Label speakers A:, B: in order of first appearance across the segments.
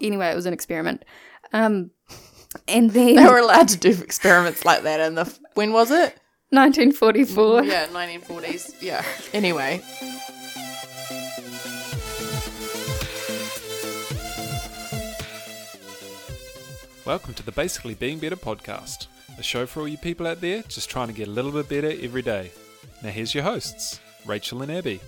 A: Anyway, it was an experiment. Um, and then
B: They were allowed to do experiments like that in the when was it?
A: 1944.
B: Yeah, 1940s. Yeah. Anyway,
C: Welcome to the Basically Being Better podcast, a show for all you people out there just trying to get a little bit better every day. Now, here's your hosts, Rachel and Abby.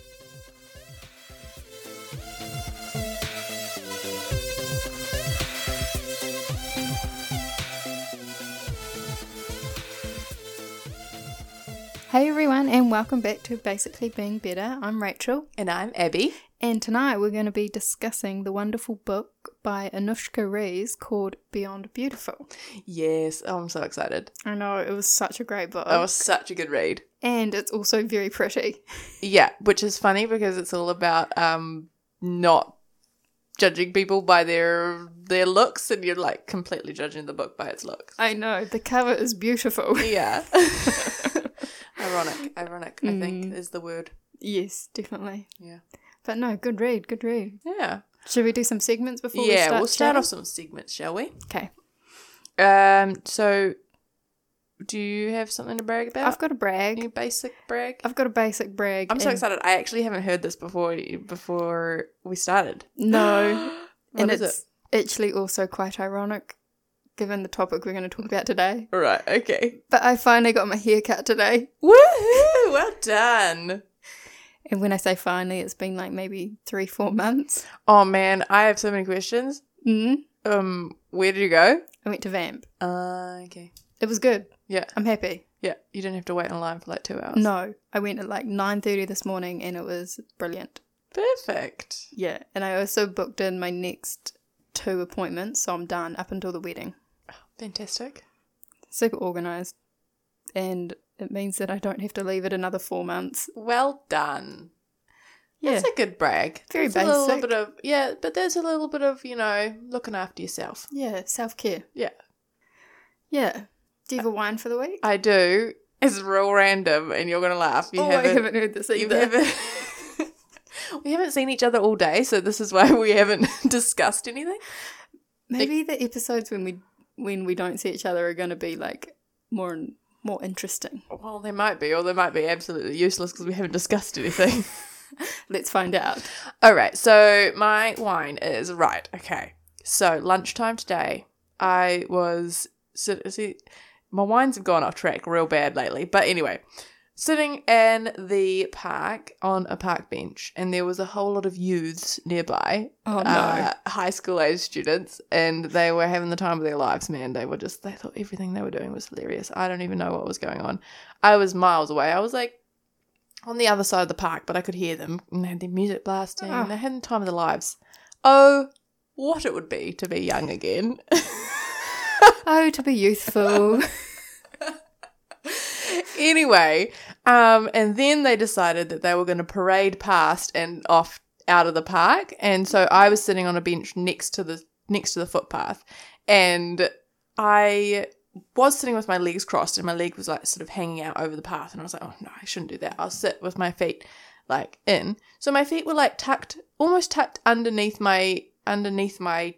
A: Hey everyone, and welcome back to Basically Being Better. I'm Rachel,
B: and I'm Abby.
A: and tonight we're going to be discussing the wonderful book by Anushka Rees called Beyond Beautiful.
B: Yes, oh, I'm so excited.
A: I know it was such a great book,
B: That was such a good read.
A: and it's also very pretty.
B: Yeah, which is funny because it's all about um not judging people by their their looks and you're like completely judging the book by its looks.
A: I know the cover is beautiful.
B: Yeah. ironic, ironic, I think is the word.
A: yes, definitely.
B: Yeah.
A: But no, good read, good read.
B: Yeah.
A: Should we do some segments before we
B: yeah,
A: start?
B: we'll start off some segments, shall we?
A: Okay,
B: Um so do you have something to brag about?
A: I've got a brag.
B: Any basic brag?
A: I've got a basic brag.
B: I'm so
A: and-
B: excited. I actually haven't heard this before before we started.
A: No,
B: What
A: and
B: is
A: it's actually also quite ironic given the topic we're going to talk about today.
B: it? Right, okay.
A: But I finally got my hair cut today.
B: Woohoo! Well done.
A: And when I say finally, it's been like maybe three, four months.
B: Oh man, I have so many questions.
A: Mm.
B: Um, where did you go?
A: I went to Vamp.
B: Uh, okay.
A: It was good.
B: Yeah,
A: I'm happy.
B: yeah. You didn't have to wait in line for like two hours.
A: No, I went at like 9.30 this morning and it was brilliant.
B: Perfect.
A: Yeah. And I also booked in my next two appointments, so I'm done up until the wedding.
B: Fantastic.
A: Super organised. And it means that I don't have to leave it another four months.
B: Well done.
A: Yeah.
B: That's a good brag.
A: Very
B: That's A little
A: basic.
B: bit of yeah, but there's a little bit of you know looking after yourself.
A: yeah, self-care.
B: Yeah.
A: Yeah. Do you have a wine for the week?
B: I do. It's real random, and you're gonna laugh. You
A: oh,
B: haven't,
A: I haven't heard this
B: you
A: either.
B: haven't. we haven't seen each other all day, so this is why we haven't discussed anything.
A: Maybe the episodes when we when we don't see each other are going to be like more and more interesting.
B: Well, they might be, or they might be absolutely useless because we haven't discussed anything.
A: Let's find out.
B: All right, so my wine is right. Okay, so lunchtime today, I was sit- see, my wines have gone off track real bad lately. But anyway, sitting in the park on a park bench, and there was a whole lot of youths nearby,
A: Oh no.
B: uh, high school age students, and they were having the time of their lives. Man, they were just they thought everything they were doing was hilarious. I don't even know what was going on. I was miles away. I was like on the other side of the park, but I could hear them and they had their music blasting.
A: Ah.
B: And they had the time of their lives. Oh, what it would be to be young again.
A: oh, to be youthful.
B: anyway, um, and then they decided that they were going to parade past and off out of the park, and so I was sitting on a bench next to the next to the footpath, and I was sitting with my legs crossed, and my leg was like sort of hanging out over the path, and I was like, oh no, I shouldn't do that. I'll sit with my feet like in. So my feet were like tucked, almost tucked underneath my underneath my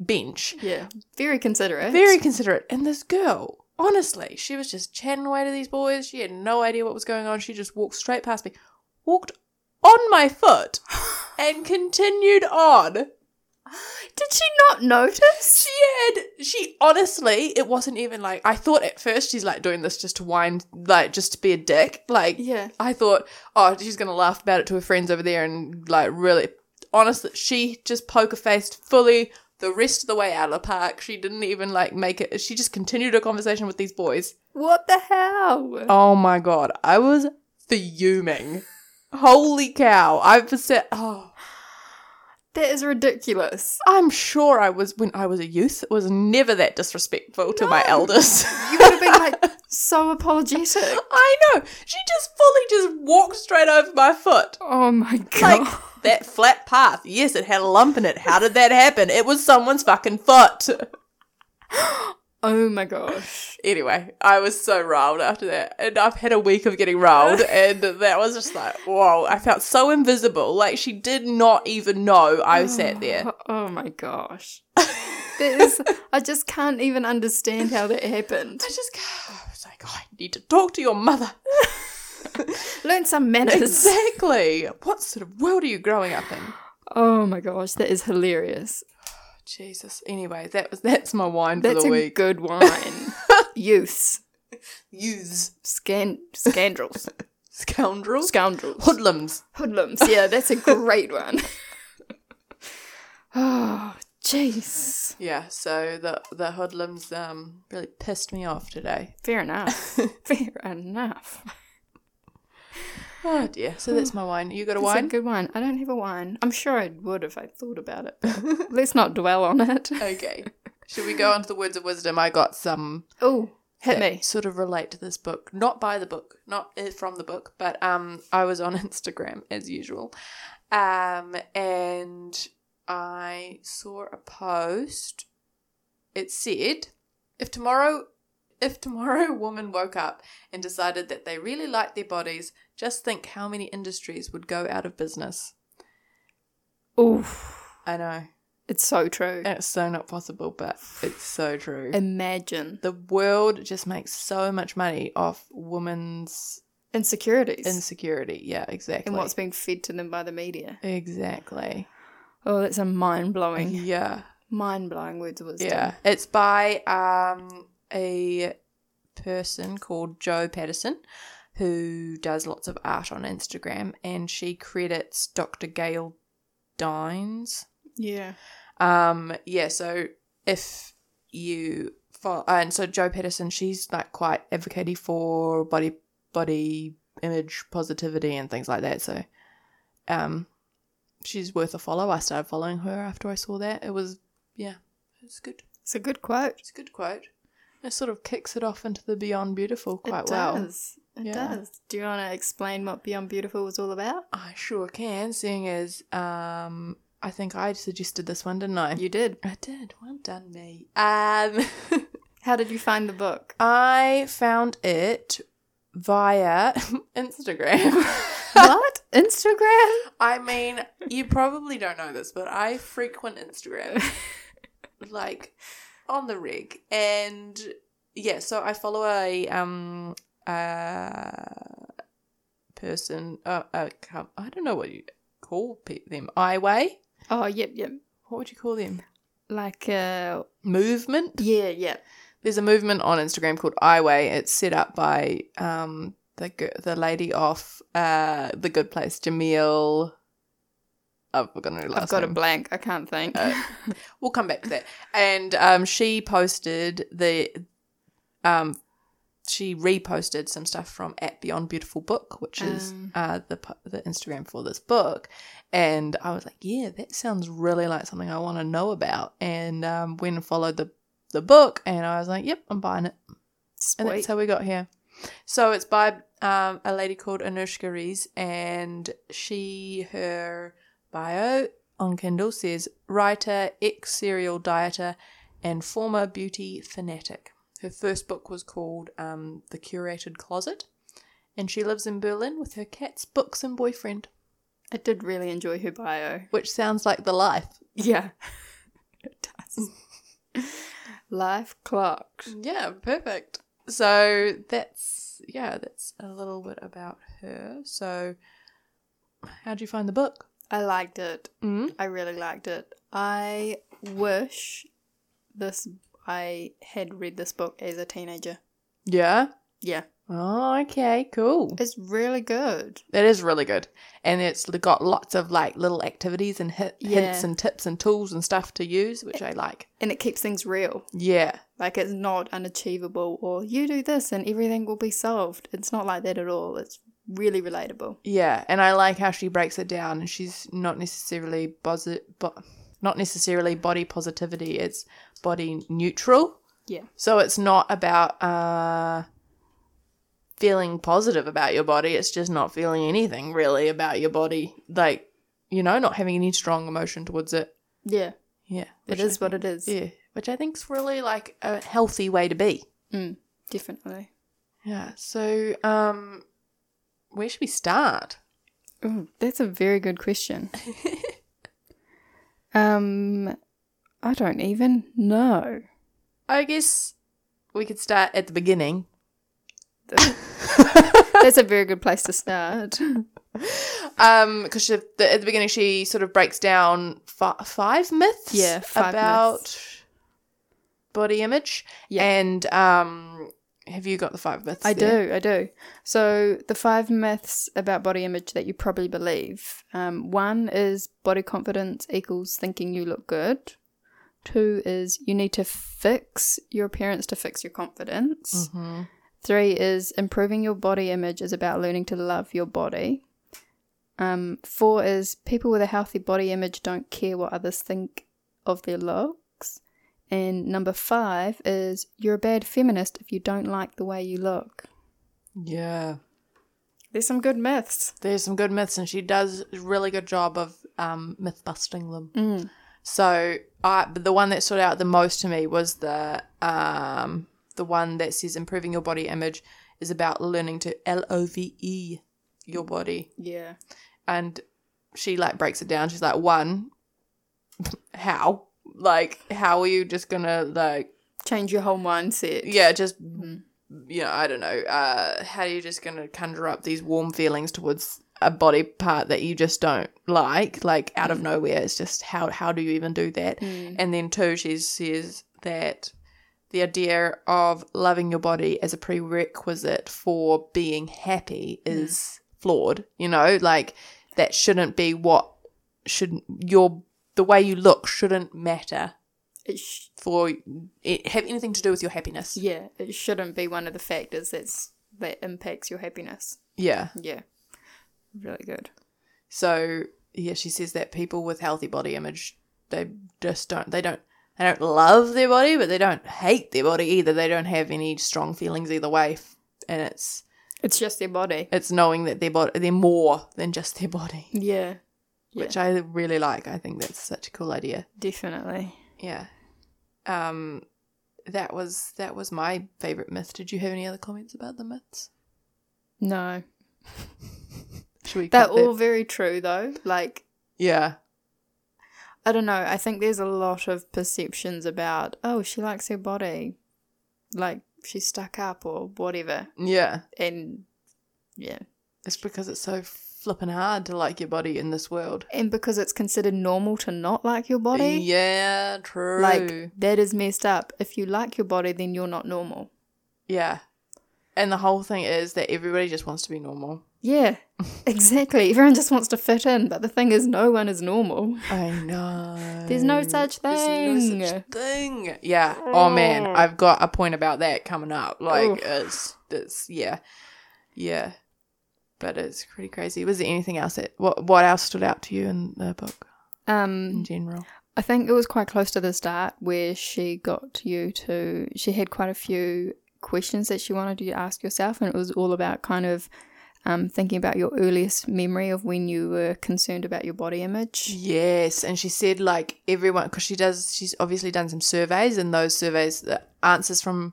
B: bench,
A: yeah, very considerate.
B: very considerate. And this girl, honestly, she was just chatting away to these boys. She had no idea what was going on. She just walked straight past me, walked on my foot, and continued on.
A: Did she not notice?
B: She had, she honestly, it wasn't even like, I thought at first she's like doing this just to wind, like just to be a dick. Like,
A: Yeah.
B: I thought, oh, she's going to laugh about it to her friends over there and like really, honestly, she just poker faced fully the rest of the way out of the park. She didn't even like make it. She just continued her conversation with these boys.
A: What the hell?
B: Oh my God. I was fuming. Holy cow. I've said, oh,
A: That is ridiculous.
B: I'm sure I was, when I was a youth, it was never that disrespectful to my elders.
A: You would have been like so apologetic.
B: I know. She just fully just walked straight over my foot.
A: Oh my god.
B: like that flat path. Yes, it had a lump in it. How did that happen? It was someone's fucking foot.
A: Oh my gosh.
B: Anyway, I was so riled after that. And I've had a week of getting riled. and that was just like, whoa, I felt so invisible. Like she did not even know I sat there.
A: Oh, oh my gosh. That is, I just can't even understand how that happened.
B: I just, I was like, oh, I need to talk to your mother.
A: Learn some manners.
B: Exactly. What sort of world are you growing up in?
A: Oh my gosh, that is hilarious.
B: Jesus. Anyway, that was that's my wine for
A: That's
B: the
A: a
B: week.
A: good wine. Youths.
B: Use
A: Scan- scoundrels.
B: scoundrels,
A: Scoundrels.
B: hoodlums.
A: Hoodlums. Yeah, that's a great one. oh, jeez.
B: Yeah. So the the hoodlums um really pissed me off today.
A: Fair enough. Fair enough.
B: Oh dear. So that's my wine. You got a
A: That's
B: wine?
A: a good one. I don't have a wine. I'm sure I would if I thought about it. but let's not dwell on it.
B: okay. Should we go on to the words of wisdom? I got some
A: Oh, hit
B: that
A: me.
B: sort of relate to this book, not by the book, not uh, from the book, but um, I was on Instagram as usual, um, and I saw a post. It said, "If tomorrow, if tomorrow, a woman woke up and decided that they really liked their bodies, just think how many industries would go out of business."
A: Oof.
B: I know
A: It's so true.
B: it's so not possible, but it's so true.
A: Imagine
B: the world just makes so much money off women's
A: insecurities
B: insecurity. Yeah, exactly.
A: and what's being fed to them by the media.
B: exactly?
A: Oh, that's a mind blowing,
B: Yeah,
A: mind blowing words of wisdom.
B: yeah. It's by um a person called Joe Patterson, who does lots of art on Instagram, and she credits Dr. Gail Dines.
A: Yeah.
B: Um, yeah. So if you follow, and so Joe Patterson, she's like quite advocating for body body image positivity and things like that. So, um, she's worth a follow. I started following her after I saw that. It was yeah, it's good.
A: It's a good quote.
B: It's a good quote. It sort of kicks it off into the beyond beautiful quite
A: it
B: well.
A: Does. It
B: Yeah.
A: does. Do you want to explain what Beyond Beautiful was all about?
B: I sure can, seeing as um, I think I suggested this one, didn't I?
A: You did.
B: I did. Well done, me. Um.
A: How did you find the book?
B: I found it via Instagram.
A: what? Instagram?
B: I mean, you probably don't know this, but I frequent Instagram like on the rig. And yeah, so I follow a um uh person uh, uh com- I don't know what you call pe- them. I way?
A: Oh, yep, yep.
B: What would you call them?
A: Like, uh,
B: Movement?
A: yeah, yeah.
B: there's a movement on Instagram called iWay. It's set up by um, the g- the lady off uh, the Good Place, Jamil. I've forgotten her last
A: I've got a
B: name.
A: blank. I can't think.
B: Uh, we'll come back to that. And um, she posted the um, she reposted some stuff from at Beyond Beautiful Book, which is
A: Um.
B: uh, the po- the Instagram for this book. And I was like, yeah, that sounds really like something I want to know about. And um, went and followed the the book, and I was like, yep, I'm buying it. And
A: Sweet.
B: that's how we got here. So it's by um, a lady called Anushka Rees, and she, her bio on Kindle says writer, ex serial dieter, and former beauty fanatic. Her first book was called um, The Curated Closet, and she lives in Berlin with her cats, books, and boyfriend,
A: I did really enjoy her bio.
B: which sounds like the life.
A: Yeah. it does. Life clocks.
B: Yeah, perfect. So that's yeah, that's a little bit about her. So how do you find the book?
A: I liked it.
B: Mm.
A: I really liked it. I wish this I had read this book as a teenager.
B: Yeah.
A: Yeah.
B: Oh, okay, cool.
A: It's really good.
B: It is really good, and it's got lots of like little activities and hit, hints
A: Yeah.
B: and tips and tools and stuff to use, which I like.
A: And it keeps things real.
B: Yeah,
A: Like it's not unachievable or you do this and everything will be solved. It's not like that at all. It's really relatable.
B: yeah, and I like how she breaks it down, and she's not necessarily posi- bo- not necessarily body positivity. It's body neutral.
A: Yeah.
B: So it's not about uh, feeling positive about your body. It's just not feeling anything really about your body. Like, you know, not having any strong emotion towards it.
A: Yeah.
B: Yeah.
A: it is what it is.
B: Yeah. which I think's really like a healthy way to be.
A: Definitely.
B: Yeah. So, um, where should we start?
A: Ooh, that's a very good question. um, I don't even know.
B: I guess we could start at the beginning.
A: That's a very good place to start.
B: Um, because the, at the beginning she sort of breaks down fi- five myths.
A: Yeah, five
B: about
A: myths.
B: body image.
A: Yeah.
B: And um, have you got the five myths?
A: I
B: there?
A: do, I do. So the five myths about body image that you probably believe. Um, one is body confidence equals thinking you look good. Two is you need to fix your appearance to fix your confidence. Three is improving your body image is about learning to love your body. Um, four is people with a healthy body image don't care what others think of their looks. And number five is you're a bad feminist if you don't like the way you look.
B: Yeah.
A: There's some good myths.
B: There's some good myths, and she does a really good job of um, myth busting them. So, I but the one that stood out the most to me was the um, the one that says improving your body image is about learning to L O V E your body,
A: Yeah.
B: and she like breaks it down. She's like, one, how? Like, how are you just gonna like
A: Change your whole mindset.
B: yeah, just you know, I don't know. Uh, how are you just gonna conjure up these warm feelings towards a body part that you just don't like, like out of nowhere? It's just how how do you even do that? And then two, she says that the idea of loving your body as a prerequisite for being happy is flawed. You know, like that shouldn't be what should your the way you look shouldn't matter
A: It sh-
B: for it have anything to do with your happiness.
A: yeah. It shouldn't be one of the factors that's that impacts your happiness.
B: Yeah.
A: Yeah. Really good.
B: So yeah, she says that people with healthy body image, they just don't they don't they don't love their body, but they don't hate their body either. They don't have any strong feelings either way, F- and it's
A: It's just their body.
B: it's knowing that their body they're more than just their body,
A: Yeah. Yeah.
B: which I really like. I think that's such a cool idea.
A: Definitely.
B: Yeah. Um, that was that was my favorite myth. Did you have any other comments about the myths?
A: No.
B: Should we?
A: They're
B: cut that?
A: all very true though. Like
B: Yeah.
A: I don't know. I think there's a lot of perceptions about, oh, she likes her body. Like she's stuck up or whatever.
B: Yeah.
A: And yeah.
B: It's because it's so flippin' hard to like your body in this world.
A: And because it's considered normal to not like your body,
B: Yeah, true.
A: like that is messed up. If you like your body, then you're not normal.
B: yeah. And the whole thing is that everybody just wants to be normal.
A: Yeah, exactly. Everyone just wants to fit in, but the thing is, no one is normal. Mm.
B: I know.
A: There's no such
B: There's
A: thing. Mm.
B: no such thing. Yeah. Oh man, I've got a point about that coming up. Like
A: Oof.
B: it's it's yeah. Yeah. But it's pretty crazy. Was there anything else that what what else stood out to you in the book in
A: um,
B: general?
A: I think it was quite close to the start where she got you to. She had quite a few questions that she wanted you to ask yourself, and it was all about kind of um, thinking about your earliest memory of when you were concerned about your body image.
B: Yes, and she said like everyone because she does she's obviously done some surveys and those surveys the answers from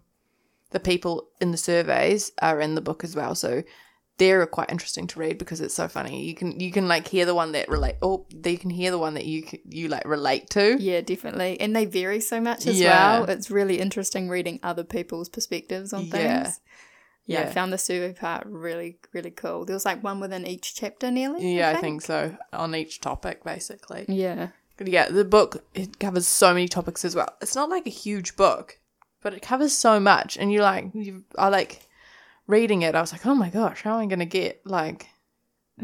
B: the people in the surveys are in the book as well. So they're quite interesting to read because it's so funny. You can you can like hear the one that relate or you can hear the one that you c- you like relate to.
A: Yeah, definitely. And they vary so much as
B: Yeah.
A: well. It's really interesting reading other people's perspectives on
B: Yeah.
A: things. Yeah,
B: Yeah.
A: I found the survey part really, really cool. There was like one within each chapter nearly.
B: Yeah, I think so. On each topic basically.
A: Yeah.
B: Yeah, the book it covers so many topics as well. It's not like a huge book, but it covers so much, and you like you I like reading it. I was like, oh my gosh, how am I gonna get like.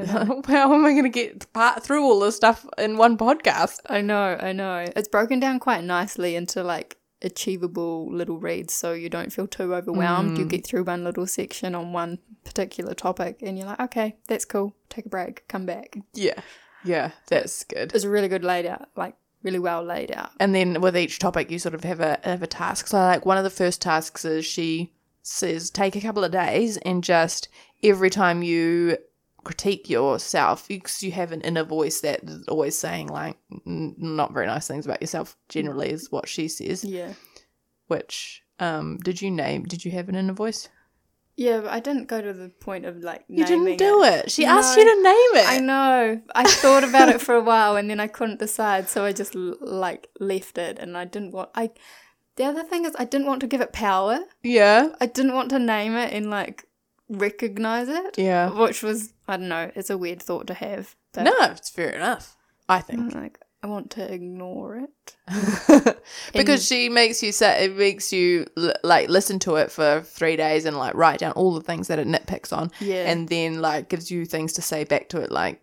B: How am I going to get part through all this stuff in one podcast?
A: I know, I know. It's broken down quite nicely into like achievable little reads so you don't feel too overwhelmed.
B: Mm.
A: You get through one little section on one particular topic and you're like, okay, that's cool. Take a break, come back.
B: Yeah, yeah, that's good.
A: It's really good laid out, like really well laid out.
B: And then with each topic, you sort of have a have a task. So like one of the first tasks is she says take a couple of days and just every time you critique yourself because you have an inner voice that is always saying like n- not very nice things about yourself generally is what she says
A: Yeah.
B: which um did you name did you have an inner voice
A: Yeah, but I didn't go to the point of like
B: you didn't
A: naming
B: do it, she asked
A: No.
B: you to name it
A: I know. I thought about it for a while and then I couldn't decide, so I just l- like left it and I didn't want I The other thing is I didn't want to give it power.
B: yeah
A: I didn't want to name it and like recognize it,
B: yeah
A: which was I don't know, it's a weird thought to have. But
B: no it's fair enough i
A: I'm
B: think
A: like I want to ignore it.
B: because she makes you say it makes you l- like listen to it for three days and like write down all the things that it nitpicks on
A: Yeah.
B: and then like gives you things to say back to it like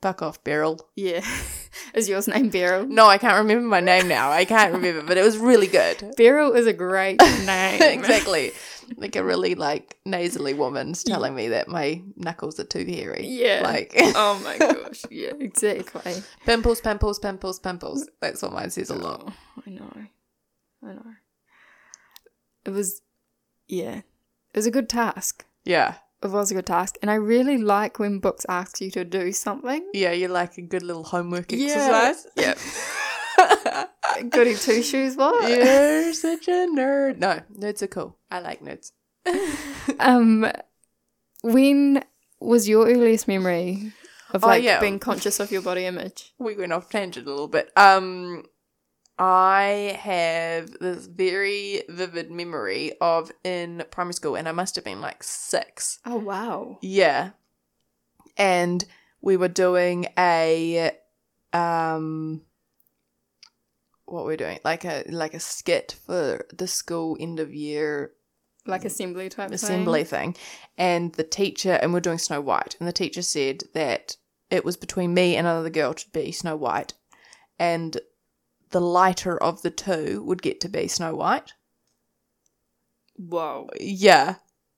B: fuck off beryl
A: yeah. is yours name Beryl?
B: no i can't remember my name now i can't remember but it was really good
A: Beryl is a great name.
B: exactly like a really like nasally woman's telling me that my knuckles are too hairy
A: Yeah.
B: like
A: oh my gosh. Yeah, exactly.
B: pimples pimples pimples pimples that's what mine says a lot
A: Oh, I know. I know. It was, yeah, it was a good task.
B: yeah
A: It was a good task, and I really like when books ask you to do something.
B: yeah you like a good little homework
A: Yeah.
B: exercise yeah
A: Goody two shoes, what?
B: You're such a nerd. No, nerds are cool. I like nerds.
A: Um, when was your earliest memory of
B: Oh,
A: like
B: yeah.
A: being conscious of your body image?
B: We went off tangent a little bit. Um, I have this very vivid memory of in primary school, and I must have been like six.
A: Oh wow!
B: Yeah. And we were doing a um what we're doing like a like a skit for the school end of year
A: Like assembly type
B: assembly thing and the teacher and we're doing snow white and the teacher said that it was between me and another girl to be snow white and the lighter of the two would get to be snow white
A: Thing. Whoa!
B: yeah.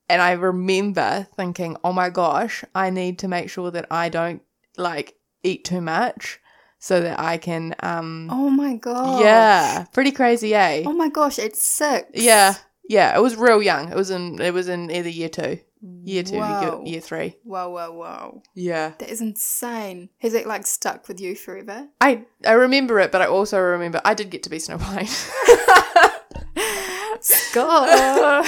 B: And I remember thinking, oh my gosh, I need to make sure that I don't like eat too much so that I can, um,
A: Oh my god!
B: yeah, pretty crazy, eh?
A: Oh my gosh! It's six.
B: Yeah. Yeah. It was real young. It was in, it was in either year two, year two, year,
A: Wow.
B: year three.
A: Wow! Wow! Wow!
B: Yeah.
A: That is insane. Has it like stuck with you forever?
B: I, I remember it, but I also remember I did get to be Snow White.
A: Scott,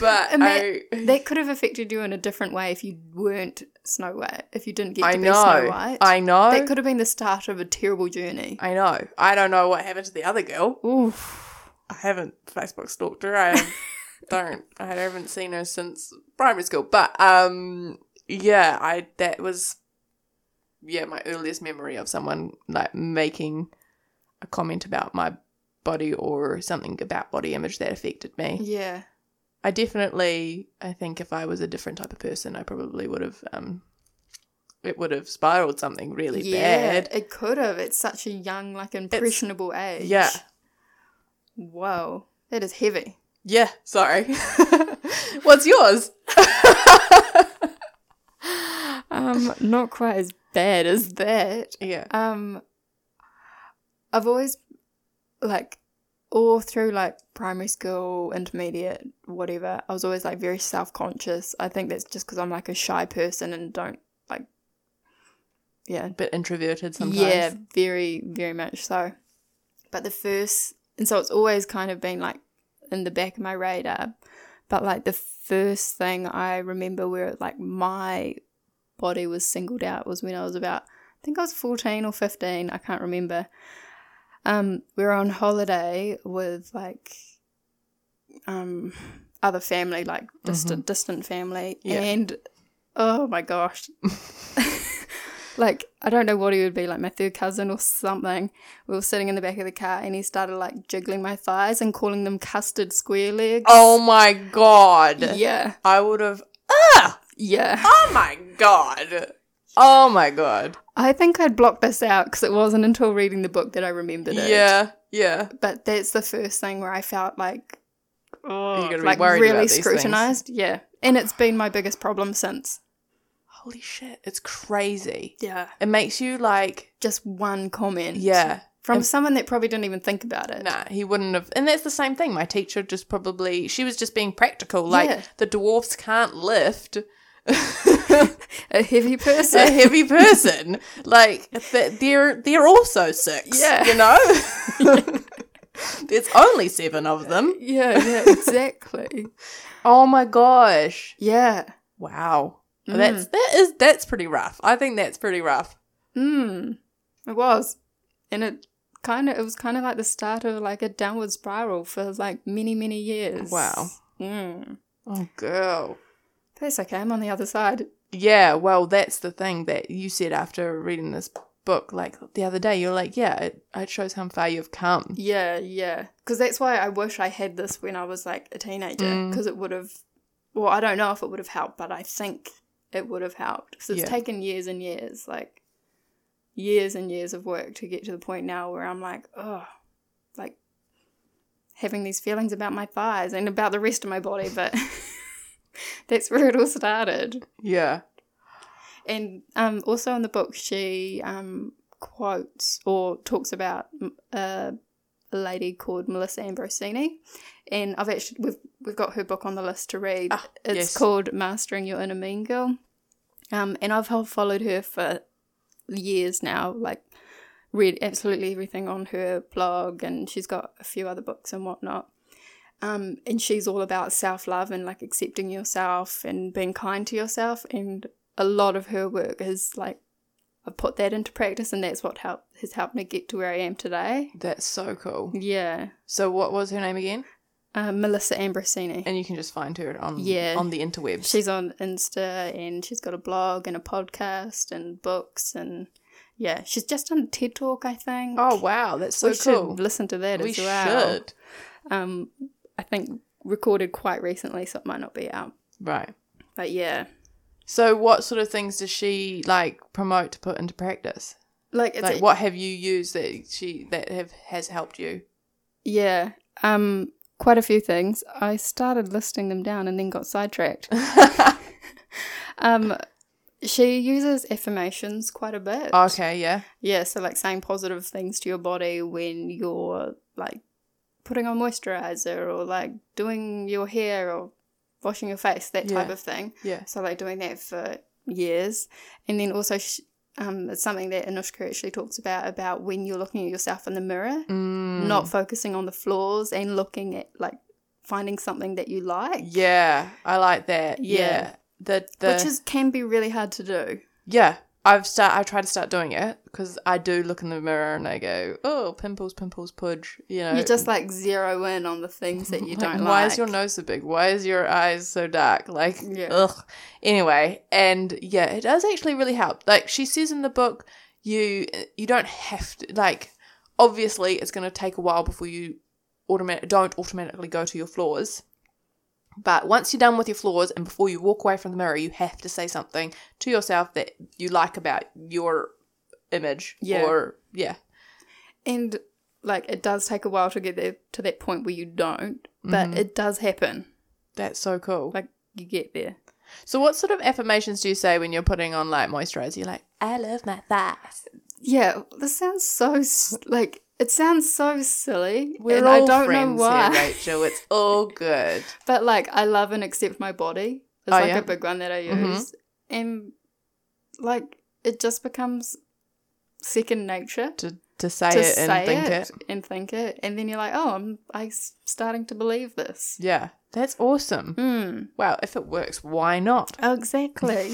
B: but
A: And
B: I,
A: that could have affected you in a different way if you weren't Snow White. If you didn't get to
B: I
A: be
B: know.
A: Snow White,
B: I know.
A: that could have been the start of a terrible journey.
B: I know. I don't know what happened to the other girl.
A: Oof.
B: I haven't Facebook stalked her. I don't. I haven't seen her since primary school. But um, yeah, I that was yeah my earliest memory of someone like making a comment about my body or something about body image that affected me.
A: Yeah.
B: I definitely, I think if I was a different type of person, I probably would have um, it would have spiraled something really
A: yeah.
B: bad.
A: It could have. It's such a young, like impressionable age.
B: Yeah.
A: Whoa. That is heavy.
B: Yeah, sorry. What's yours?
A: Um, not quite as bad as that.
B: yeah.
A: Um, I've always like all through like primary school, intermediate, whatever. I was always like very self conscious. I think that's just because I'm like a shy person and don't like, yeah,
B: bit introverted sometimes.
A: yeah, very very much so. But the first, and so it's always kind of been like in the back of my radar. But like the first thing I remember where like my body was singled out was when I was about, I think I was 14 or 15, I can't remember. Um, we were on holiday with like um, other family, like distant, distant family.
B: Mm-hmm. Yeah.
A: And oh my gosh. like, I don't know what he would be, like my third cousin or something. We were sitting in the back of the car and he started like jiggling my thighs and calling them custard square legs.
B: Oh my god.
A: Yeah,
B: I would have. Ah!
A: yeah.
B: Oh my god. Oh my god.
A: I think I'd blocked this out because it wasn't until reading the book that I remembered it.
B: Yeah. Yeah.
A: But that's the first thing where I felt like,
B: You're gonna be
A: like
B: worried
A: really
B: about these things.
A: scrutinized. Yeah. And it's been my biggest problem since.
B: Holy shit! It's crazy.
A: Yeah.
B: It makes you like.
A: Just one comment.
B: Yeah.
A: From someone that probably didn't even think about it.
B: Nah, he wouldn't have. And that's the same thing. My teacher just probably she was just being practical. Like
A: Yeah.
B: the dwarfs can't lift.
A: a heavy
B: a
A: person.
B: heavy person. Like th- they're they're also six.
A: Yeah.
B: you know. There's only seven of them.
A: yeah, yeah, exactly.
B: Oh my gosh!
A: Yeah.
B: Wow, Mm. that's that is that's pretty rough. I think that's pretty rough.
A: Mm. It was. And it kind of it was kind of like the start of like a downward spiral for like many many years.
B: Wow.
A: Mm.
B: Oh girl.
A: That's okay. I'm on the other side.
B: Yeah, well, that's the thing that you said after reading this book. Like the other day, you're like, yeah, it, it shows how far you've come.
A: Yeah, yeah. Because that's why I wish I had this when I was like a teenager.
B: Mm.
A: Because it would have. Well, I don't know if it would have helped, but I think it would have helped. Because it's
B: Yeah.
A: taken years and years, like years and years of work to get to the point now where I'm like, oh, like having these feelings about my thighs and about the rest of my body. But that's where it all started.
B: Yeah.
A: And um, also in the book, she um, quotes or talks about mm, uh, a lady called Melissa Ambrosini, and I've actually we've we've got her book on the list to read.
B: Ah,
A: it's
B: yes.
A: called Mastering Your Inner Mean Girl, um, and I've ho- followed her for years now. Like read absolutely everything on her blog, and she's got a few other books and whatnot. Um, and she's all about self love and like accepting yourself and being kind to yourself. And a lot of her work is like I've put that into practice, and that's what help, has helped me get to where I am today.
B: That's so cool.
A: Yeah,
B: So, what was her name again?
A: uh, Melissa Ambrosini.
B: And you can just find her on
A: Yeah.
B: on the interwebs.
A: she's on Insta, and she's got a blog and a podcast and books, and yeah, she's just done a TED talk, I think.
B: oh wow, that's so
A: we
B: cool.
A: should listen to that
B: we
A: as well.
B: should.
A: Um, I think recorded quite recently, so it might not be out.
B: Right.
A: But yeah,
B: So, what sort of things does she like promote to put into practice?
A: like it's
B: like, what have you used that she that have has helped you?
A: yeah, um, quite a few things. I started listing them down and then got sidetracked. Um, she uses affirmations quite a bit.
B: okay, yeah,
A: Yeah, so like saying positive things to your body when you're like putting on moisturizer or like doing your hair or washing your face, that type
B: Yeah.
A: of thing.
B: yeah.
A: So like doing that for years, and then also sh- um, it's something that Anushka actually talks about about when you're looking at yourself in the mirror,
B: Mm,
A: not focusing on the flaws and looking at like finding something that you like,
B: Yeah, I like that.
A: Yeah.
B: Yeah, the the
A: which is can be really hard to do.
B: yeah. I've start. I try to start doing it because I do look in the mirror and I go, "Oh, pimples, pimples, pudge." You know,
A: You just like zero in on the things that you
B: Like,
A: don't like.
B: Why is your nose so big? Why is your eyes so dark? Like,
A: Yeah.
B: ugh. Anyway, and yeah, it does actually really help. Like she says in the book, you you don't have to like. Obviously, it's going to take a while before you automatic don't automatically go to your flaws. But once you're done with your flaws and before you walk away from the mirror, you have to say something to yourself that you like about your image.
A: Yeah.
B: Or yeah.
A: and like it does take a while to get there to that point where you don't but
B: Mm-hmm.
A: it does happen
B: That's so cool.
A: like you get there
B: So, what sort of affirmations do you say when you're putting on like moisturizer? You're like, I love my thighs.
A: yeah this sounds so s- like it sounds so silly
B: We're
A: and
B: all
A: i don't
B: friends
A: know why
B: here, Rachel. It's all good.
A: but like i love and accept my body it's
B: Oh,
A: like
B: yeah?
A: a big one that i use
B: Mhm.
A: and like it just becomes second nature
B: to to say
A: to
B: it and
A: say
B: think
A: it,
B: it.
A: and think it and then you're like oh i'm i'm starting to believe this
B: Yeah, that's awesome.
A: Hmm.
B: Wow, if it works, why not?
A: oh exactly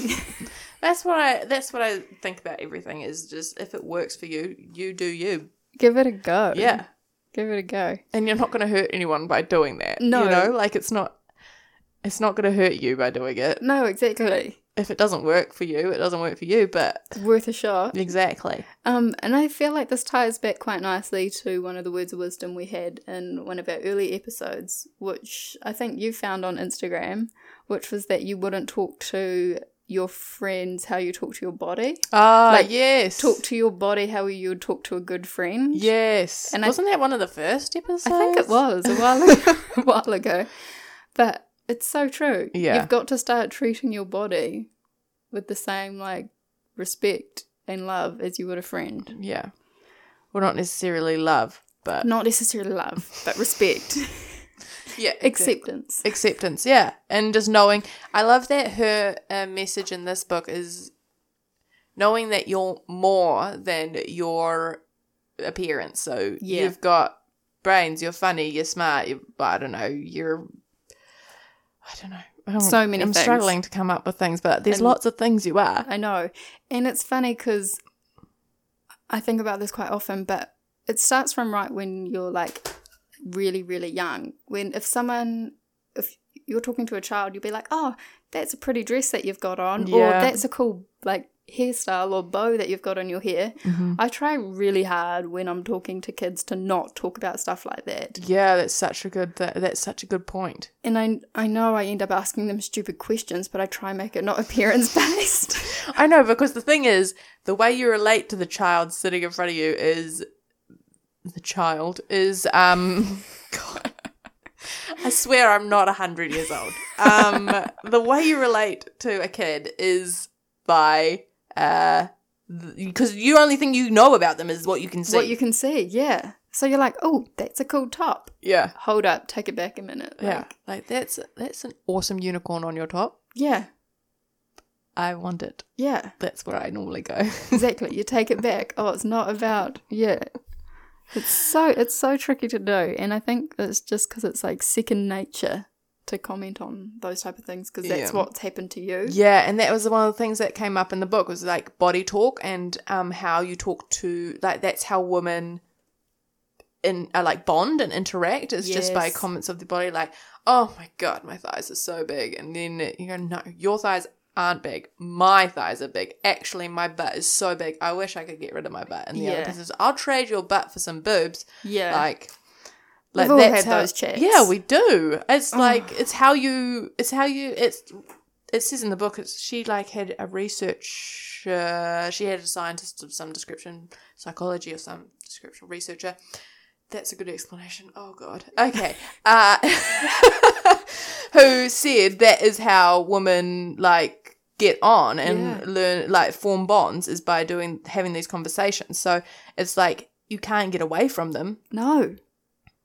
B: That's what I. That's what I think about everything. Is just if it works for you, you do you.
A: give it a go
B: Yeah,
A: give it a go
B: and you're not going to hurt anyone by doing that.
A: No.
B: you know, like it's not. It's not going to hurt you by doing it.
A: No, exactly.
B: If it doesn't work for you, it doesn't work for you. But
A: It's worth a shot.
B: exactly.
A: Um, and I feel like this ties back quite nicely to one of the words of wisdom we had in one of our early episodes, which I think you found on Instagram, which was that you wouldn't talk to your friends how you talk to your body.
B: Ah,
A: Like,
B: yes.
A: Talk to your body how you would talk to a good friend.
B: Yes.
A: And
B: And
A: I-
B: wasn't that one of the first episodes?
A: I think it was a while ago, a while ago. But it's so true.
B: Yeah.
A: You've got to start treating your body with the same like respect and love as you would a friend.
B: Yeah. Well, not necessarily love, but
A: not necessarily love, but respect.
B: Yeah.
A: Acceptance.
B: acceptance yeah and just knowing i love that her uh, message in this book is knowing that you're more than your appearance so
A: Yeah.
B: you've got brains you're funny you're smart you but i don't know you're i don't know I don't-
A: So many
B: i'm
A: things.
B: struggling to come up with things but there's
A: And-
B: lots of things you are
A: I know. And it's funny because I think about this quite often, but it starts from right when you're like really, really young. When if someone, if you're talking to a child, you'll be like, oh, that's a pretty dress that you've got on, or
B: Yeah.
A: that's a cool, like, hairstyle or bow that you've got on your hair. I try really hard when I'm talking to kids to not talk about stuff like that.
B: yeah that's such a good th- that's such a good point
A: And I I know I end up asking them stupid questions, but I try and make it not appearance based.
B: I know because the thing is, the way you relate to the child sitting in front of you is the child is um. God, I swear I'm not hundred years old. Um, the way you relate to a kid is by uh, because you only thing you know about them is what you can see.
A: what you can see, yeah. So you're like, oh, that's a cool top.
B: yeah.
A: Hold up, take it back a minute.
B: Yeah,
A: Like,
B: like that's that's an awesome unicorn on your top.
A: yeah,
B: I want it.
A: yeah,
B: That's where I normally go.
A: exactly. you take it back. Oh, it's not about, yeah. It's so it's so tricky to do, and I think it's just because it's like second nature to comment on those type of things because that's
B: Yeah.
A: what's happened to you.
B: Yeah, and that was one of the things that came up in the book was like body talk and um how you talk to like that's how women in uh, like bond and interact is just by
A: Yes.
B: comments of the body like oh my god my thighs are so big and then you go no your thighs aren't big my thighs are big actually my butt is so big I wish I could get rid of my butt and the other
A: Yeah.
B: person says I'll trade your butt for some boobs
A: yeah.
B: like
A: We've
B: like
A: all
B: that's
A: had
B: how-
A: those chats. Oh.
B: Yeah, we do. It's like it's how you it's how you it's it says in the book it's she like had a research uh, she had a scientist of some description, psychology or some description researcher. That's a good explanation. Oh god. Okay. Uh who said that is how women like get on and
A: Yeah.
B: learn like form bonds is by doing having these conversations. So it's like you can't get away from them.
A: No,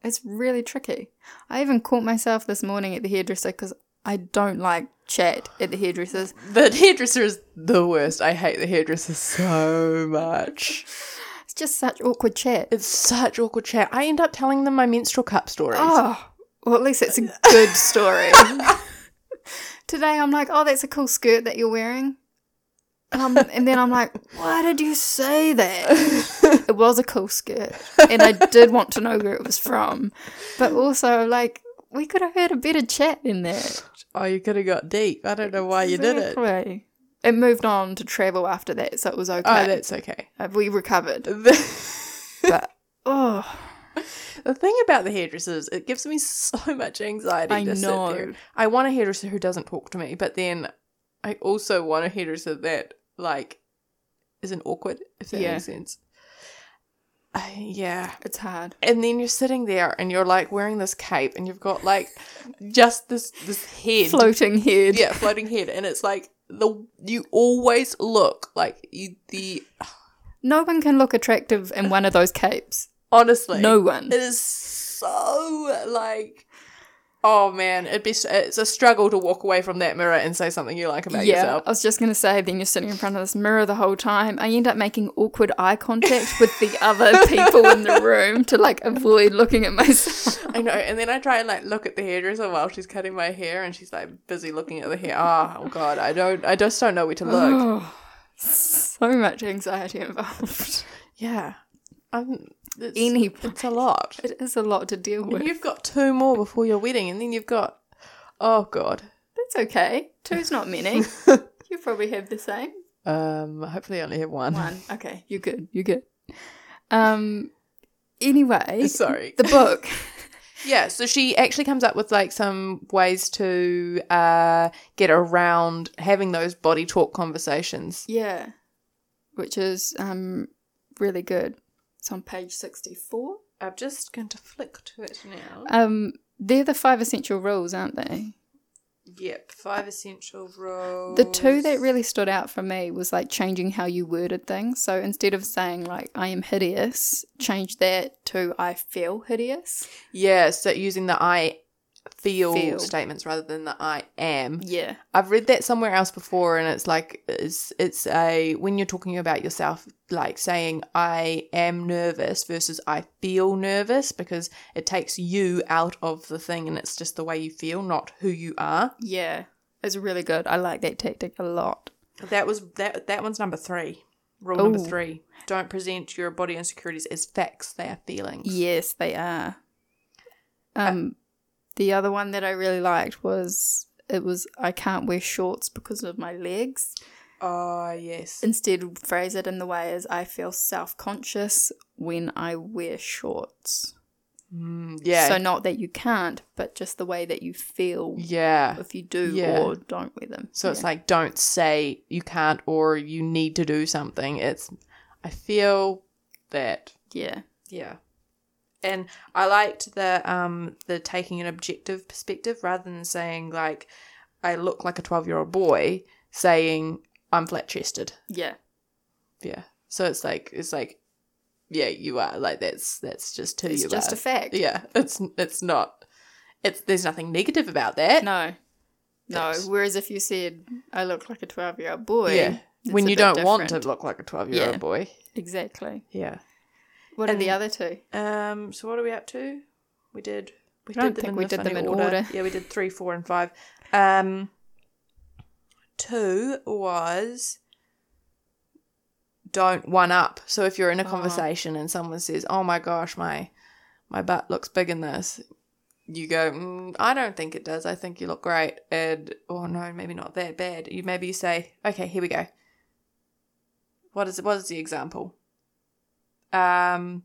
A: it's really tricky. I even caught myself this morning at the hairdresser because I don't like chat at the hairdressers.
B: The hairdresser is the worst. I hate the hairdresser so much.
A: It's just such awkward chat.
B: It's such awkward chat. I end up telling them my menstrual cup stories.
A: Oh, well, at least it's a good story. Today I'm like, oh, that's a cool skirt that you're wearing. Um, and then I'm like, why did you say that? it was a cool skirt. And I did want to know where it was from. But also, like, we could have had a better chat than that.
B: Oh, you could have got deep. I don't know why you did it.
A: Exactly. It moved on to travel after that, so it was okay.
B: Oh, that's okay.
A: Uh, we recovered.
B: The,
A: But, oh,
B: the thing about the hairdressers, it gives me so much anxiety.
A: I
B: to sit
A: know.
B: there. I want a hairdresser who doesn't talk to me, but then I also want a hairdresser that like isn't awkward. If that
A: Yeah.
B: makes sense. Uh, yeah.
A: it's hard.
B: and then you're sitting there and you're like wearing this cape and you've got like just this this head
A: Floating head.
B: yeah floating head and it's like the you always look like you the
A: No one can look attractive in one of those capes.
B: honestly
A: No one.
B: it is so like oh man it'd be s- it's a struggle to walk away from that mirror and say something you like about
A: yeah,
B: yourself
A: I was just going to say, then you're sitting in front of this mirror the whole time. I end up making awkward eye contact with the other people in the room to like avoid looking at myself.
B: I know, and then I try and like look at the hairdresser while she's cutting my hair, and she's like busy looking at the hair. Oh, oh god, I don't, I just don't know where to look.
A: Oh, so much anxiety involved.
B: Yeah. Um, it's,
A: Any-
B: it's a lot.
A: It is a lot to deal
B: And
A: with.
B: you've got two more before your wedding, and then you've got, oh god.
A: That's okay. Two's not many. you probably have the same.
B: Um, hopefully I only have one.
A: One. Okay, you're good. You're good. Um. Anyway,
B: Sorry.
A: the book.
B: Yeah, so she actually comes up with like some ways to uh get around having those body talk conversations.
A: Yeah. Which is um really good. It's on page 64.
B: I'm just going to flick to it now.
A: Um they're the five essential rules, aren't they?
B: yep, five essential roles.
A: The two that really stood out for me was like changing how you worded things. So instead of saying like I am hideous, change that to I feel hideous.
B: yeah, so using the I feel,
A: Feel.
B: statements rather than the I am.
A: Yeah.
B: I've read that somewhere else before, and it's like it's it's a when you're talking about yourself, like saying I am nervous versus I feel nervous because it takes you out of the thing, and it's just the way you feel, not who you are.
A: Yeah. It's really good. I like that tactic a lot.
B: That was that that one's number three. Rule number
A: Ooh.
B: three: Don't present your body insecurities as facts; they are feelings.
A: Yes, they are. Um, the other one that I really liked was it was I can't wear shorts because of my legs.
B: Oh yes.
A: Instead, phrase it in the way as I feel self conscious when I wear shorts.
B: Mm, yeah.
A: So not that you can't, but just the way that you feel
B: yeah.
A: if you do
B: Yeah.
A: or don't wear them.
B: So it's like don't say you can't or you need to do something. It's I feel that
A: yeah,
B: yeah. And I liked the um the taking an objective perspective rather than saying like I look like a 12-year-old boy saying I'm flat-chested.
A: yeah,
B: Yeah. So it's like it's like yeah, you are like that's that's just who
A: it's
B: you
A: just
B: are.
A: a fact.
B: yeah, it's it's not it's there's nothing negative about that.
A: No, no.
B: That's-
A: Whereas if you said I look like a twelve-year-old boy,
B: yeah.
A: it's
B: When
A: a
B: you
A: bit
B: don't want to
A: different.
B: look like a 12-year-old
A: Yeah.
B: boy.
A: exactly.
B: Yeah.
A: What are
B: And-
A: the other two?
B: Um, so what are we up to? We did. We
A: I don't think we did them
B: funny
A: in order.
B: Yeah, we did three, four, and five. Um, two was don't one up. So if you're in a
A: Oh.
B: conversation and someone says, "Oh my gosh, my my butt looks big in this," you go, mm, "I don't think it does. I think you look great." And oh no, maybe not that bad. You maybe you say, "Okay, here we go." What is what is the example? Um,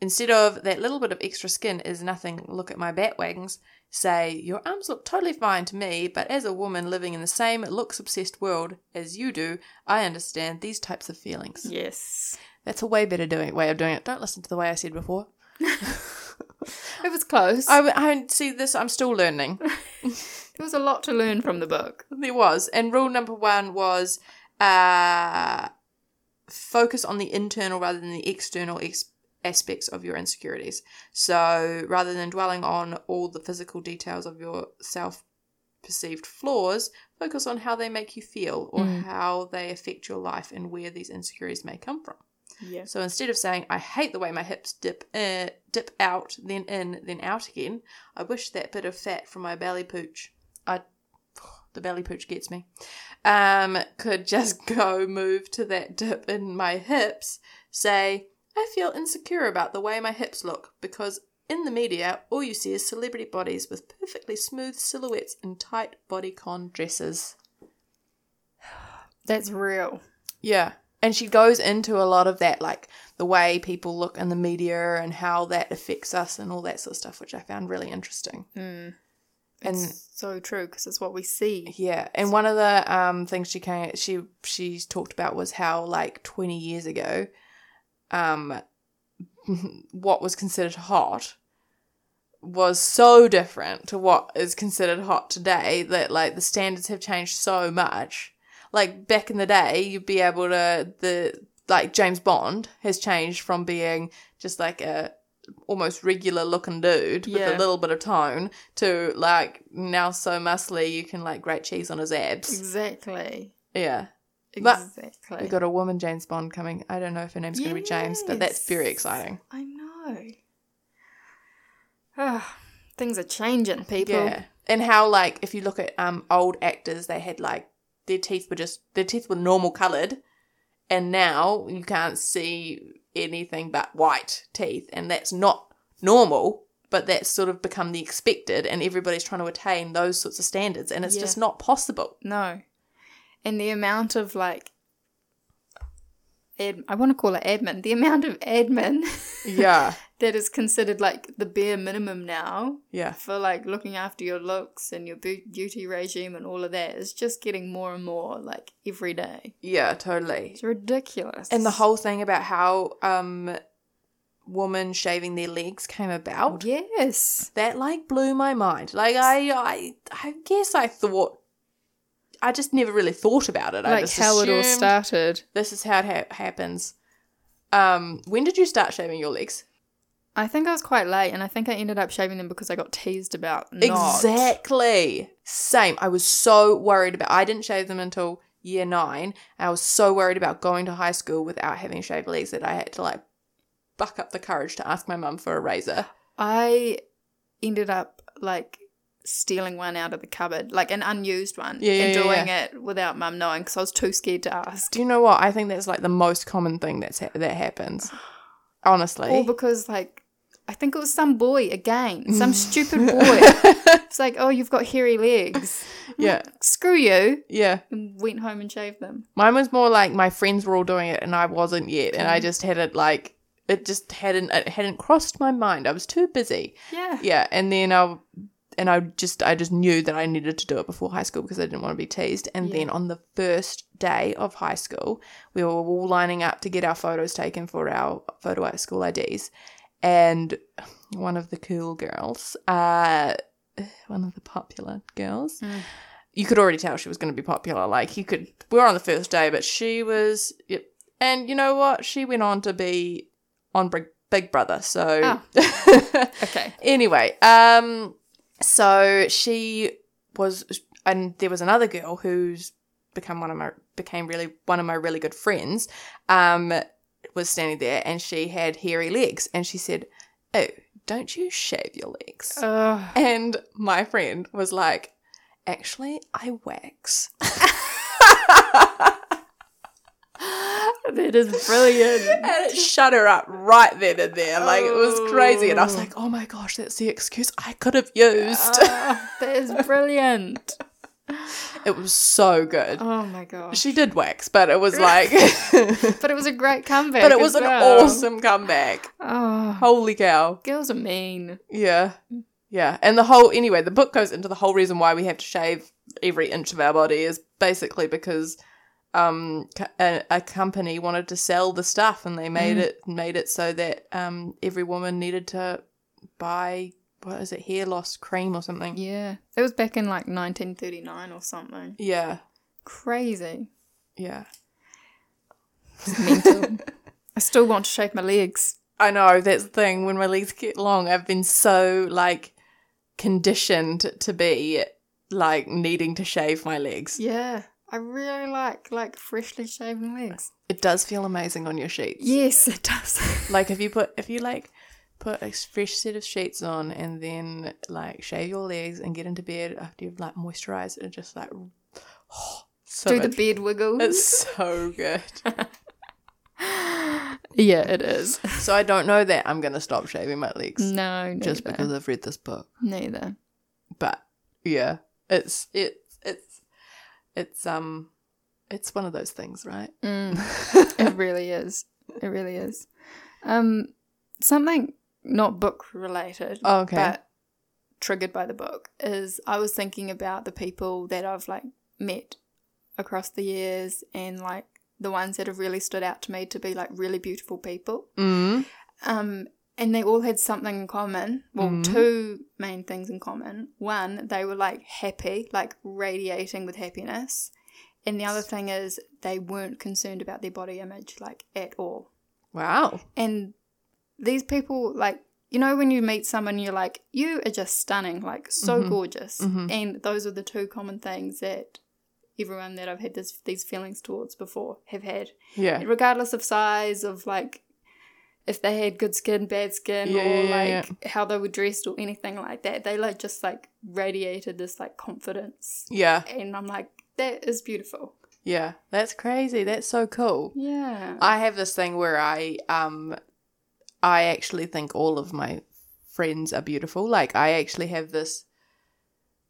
B: instead of that little bit of extra skin is nothing, look at my bat wings, say, Your arms look totally fine to me, but as a woman living in the same looks obsessed world as you do, I understand these types of feelings.
A: Yes,
B: That's a way better doing way of doing it. Don't listen to the way I said before.
A: it was close.
B: I, I see this, I'm still learning.
A: there was a lot to learn from the book.
B: There was. And rule number one was uh, focus on the internal rather than the external ex- aspects of your insecurities. So rather than dwelling on all the physical details of your self perceived flaws, focus on how they make you feel or
A: Mm.
B: how they affect your life and where these insecurities may come from.
A: Yes.
B: So instead of saying, I hate the way my hips dip in, dip out, then in, then out again, I wish that bit of fat from my belly pooch, I, the belly pooch gets me, um, could just go move to that dip in my hips, say, I feel insecure about the way my hips look because in the media, all you see is celebrity bodies with perfectly smooth silhouettes and tight bodycon dresses.
A: That's real.
B: Yeah. And she goes into a lot of that, like the way people look in the media and how that affects us and all that sort of stuff, which I found really interesting.
A: Mm.
B: And-
A: It's so true because it's what we see.
B: Yeah. And one of the um, things she came, she she's talked about was how like 20 years ago, um, what was considered hot was so different to what is considered hot today that like the standards have changed so much. Like back in the day, you'd be able to the like James Bond has changed from being just like a almost regular looking dude with
A: Yeah.
B: a little bit of tone to like now so muscly you can like grate cheese on his abs.
A: Exactly.
B: Yeah. But-
A: Exactly.
B: We got a woman James Bond coming. I don't know if her name's going to be James, but that's very
A: Yes.
B: exciting.
A: I know. Ah, things are changing, people.
B: Yeah. And how like if you look at um old actors, they had like their teeth were just their teeth were normal coloured, and now you can't see anything but white teeth, and that's not normal. But that's sort of become the expected, and everybody's trying to attain those sorts of standards, and it's
A: Yeah.
B: just not possible.
A: No. And the amount of like, ad- I want to call it admin. The amount of admin
B: Yeah,
A: that is considered like the bare minimum now
B: yeah,
A: for like looking after your looks and your beau- beauty regime and all of that is just getting more and more like every day.
B: yeah, totally.
A: It's ridiculous.
B: And the whole thing about how um women shaving their legs came about.
A: yes,
B: That like blew my mind. Like I I I guess I thought I just never really thought about it. I
A: like
B: just
A: how it all
B: assumed
A: started.
B: This is how it ha- happens. Um when did you start shaving your legs?
A: I think I was quite late, and I think I ended up shaving them because I got teased about not.
B: Exactly. Same. I was so worried about I didn't shave them until year 9. I was so worried about going to high school without having shaved legs that I had to like buck up the courage to ask my mum for a razor.
A: I ended up like stealing one out of the cupboard, like an unused one,
B: Yeah, yeah,
A: and
B: yeah,
A: doing it without mum knowing because I was too scared to ask.
B: Do you know what? I think that's like the most common thing that's ha- that happens. Honestly.
A: All because like I think it was some boy again, some stupid boy. It's like, oh, you've got hairy legs.
B: yeah.
A: Screw you.
B: Yeah.
A: And went home and shaved them.
B: Mine was more like my friends were all doing it and I wasn't yet, and I just had it like it just hadn't it hadn't crossed my mind. I was too busy.
A: Yeah.
B: Yeah, and then I and I just I just knew that I needed to do it before high school because I didn't want to be teased. And
A: Yeah.
B: then on the first day of high school, we were all lining up to get our photos taken for our photo at school IDs, and one of the cool girls, uh, one of the popular girls.
A: Mm.
B: You could already tell she was going to be popular. Like you could, we were on the first day, but she was. Yep. And you know what? She went on to be on Big, Big Brother. So
A: Ah. Okay.
B: Anyway, um, so she was, and there was another girl who's become one of my became really one of my really good friends. Um, was standing there, and she had hairy legs, and she said, "Oh, don't you shave your legs?"
A: Ugh.
B: and my friend was like, "Actually, I wax."
A: that is brilliant.
B: and it shut her up right then and there. Like it was crazy, and I was
A: Oh.
B: like, "Oh my gosh, that's the excuse I could have used."
A: Ah, that is brilliant.
B: It was so good.
A: Oh my gosh.
B: She did wax, but it was like,
A: But it was a great comeback.
B: but it
A: as
B: was an
A: well.
B: awesome comeback.
A: Oh,
B: Holy cow!
A: girls are mean.
B: Yeah, yeah. And the whole anyway, the book goes into the whole reason why we have to shave every inch of our body is basically because um co- a, a company wanted to sell the stuff and they made
A: Mm.
B: it made it so that um every woman needed to buy what is it hair loss cream or something.
A: Yeah. It was back in like 1939 or something.
B: Yeah,
A: Crazy.
B: yeah.
A: It's mental. I still want to shave my legs.
B: I know that's the thing. When my legs get long, I've been so like conditioned to be like needing to shave my legs.
A: Yeah. I really like like freshly shaven legs.
B: It does feel amazing on your sheets.
A: Yes, it does.
B: Like if you put if you like put a fresh set of sheets on and then like shave your legs and get into bed after you've like moisturized and just like so
A: Do the
B: much-
A: beard wiggle.
B: It's so good.
A: yeah, it is.
B: so I don't know that I'm gonna stop shaving my legs
A: No, Mm, neither.
B: just because I've read this book.
A: neither.
B: but yeah it's it's it's it's um it's one of those things right
A: Mm. it really is. It really is. Um, something not book related,
B: okay
A: but triggered by the book is I was thinking about the people that I've like met across the years and like the ones that have really stood out to me to be like really beautiful people.
B: mm.
A: Um, and they all had something in common. Well,
B: Mhm.
A: two main things in common. One, they were like happy, like radiating with happiness. And the other thing is they weren't concerned about their body image, like at all.
B: wow
A: And these people, like, you know, when you meet someone, you're like, you are just stunning, like, so
B: Mhm.
A: gorgeous.
B: Mhm.
A: And those are the two common things that everyone that I've had this, these feelings towards before have had
B: yeah
A: regardless of size of like if they had good skin bad skin
B: Yeah,
A: or
B: yeah, yeah,
A: like how they were dressed or anything like that they like just like radiated this like confidence
B: yeah
A: and i'm like that is beautiful
B: yeah that's crazy that's so cool
A: yeah
B: i have this thing where i um i actually think all of my friends are beautiful like i actually have this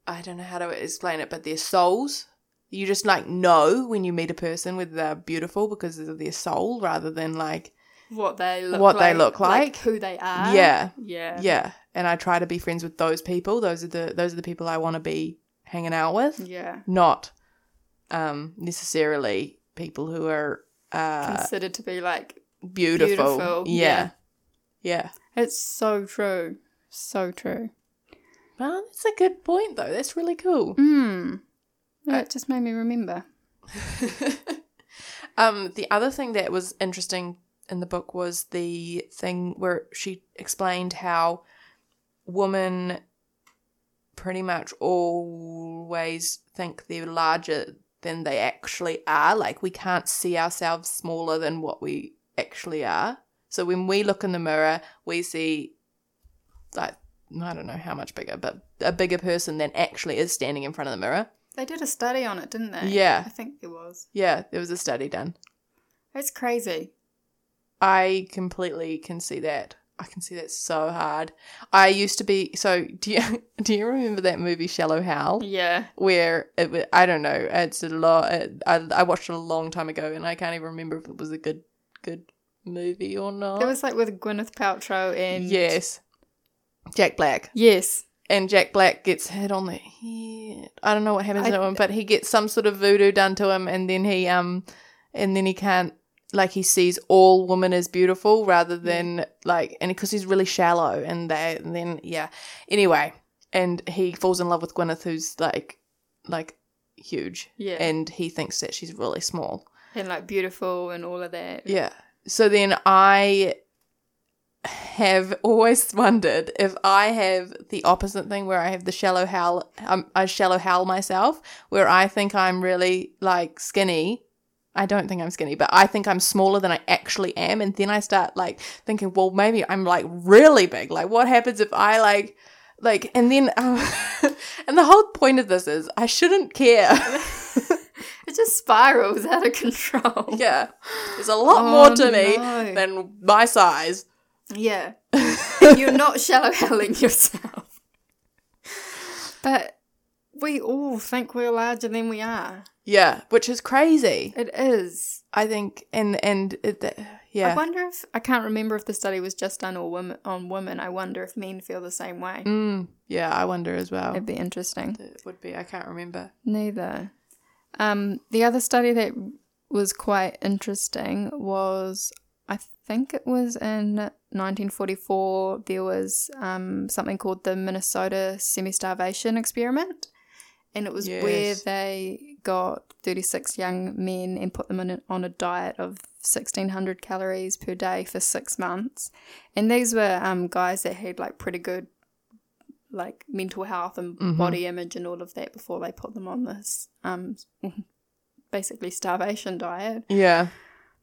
B: i don't know how to explain it but their souls you just like know when you meet a person whether they're beautiful because of their soul rather than like
A: what they look
B: What
A: like,
B: they look like?
A: who they are
B: yeah
A: yeah
B: yeah and i try to be friends with those people those are the those are the people i want to be hanging out with
A: yeah
B: not um necessarily people who are uh
A: considered to be like
B: beautiful.
A: beautiful,
B: yeah yeah,
A: it's so true so true
B: well that's a good point though that's really cool Hmm.
A: mm. that just made me remember
B: um the other thing that was interesting in the book was the thing where she explained how women pretty much always think they're larger than they actually are. Like we can't see ourselves smaller than what we actually are. So when we look in the mirror, we see like I don't know how much bigger, but a bigger person than actually is standing in front of the mirror.
A: They did a study on it, didn't they?
B: Yeah.
A: I think it was.
B: Yeah, there was a study done.
A: It's crazy.
B: I completely can see that. I can see that so hard. I used to be so. Do you do you remember that movie Shallow Hal?
A: Yeah.
B: Where it wa- I don't know. It's a lot. uh, I I watched it a long time ago, and I can't even remember if it was a good good movie or not.
A: It was like with Gwyneth Paltrow and
B: yes, Jack Black.
A: Yes.
B: and Jack Black gets hit on the head. I don't know what happens
A: I-
B: to him, but he gets some sort of voodoo done to him, and then he um, and then he can't like he sees all women as beautiful rather than like and because he's really shallow and they and then yeah anyway and he falls in love with Gwyneth who's like like huge
A: Yeah. And,
B: and he thinks that she's really small
A: like beautiful and all of that.
B: yeah. So then I have always wondered if I have the opposite thing where I have the shallow howl, um, I shallow howl myself, where I think I'm really like skinny. I don't think I'm skinny, but I think I'm smaller than I actually am. And then I start like thinking, well, maybe I'm like really big. Like, what happens if I like, like, and then, um, and the whole point of this is I shouldn't care.
A: It just spirals out of control.
B: yeah. There's a lot more to
A: Oh,
B: me
A: no.
B: than my size.
A: Yeah. You're not shallow helling yourself. But we all think we're larger than we are.
B: yeah, which is crazy.
A: It is.
B: I think, and and it, th-
A: I
B: yeah,
A: wonder if I can't remember if the study was just done all women on women. I wonder if men feel the same way.
B: mm, yeah, I wonder as well.
A: It'd be interesting.
B: It would be. I can't remember.
A: Neither. Um, the other study that was quite interesting was, I think it was in 1944, there was um, something called the Minnesota semi starvation experiment. And it was where
B: Yes.
A: they got 36 young men and put them in a, on a diet of 1600 calories per day for six months. And these were um, guys that had like pretty good like mental health and
B: Mhm.
A: body image and all of that before they put them on this um basically starvation diet.
B: Yeah,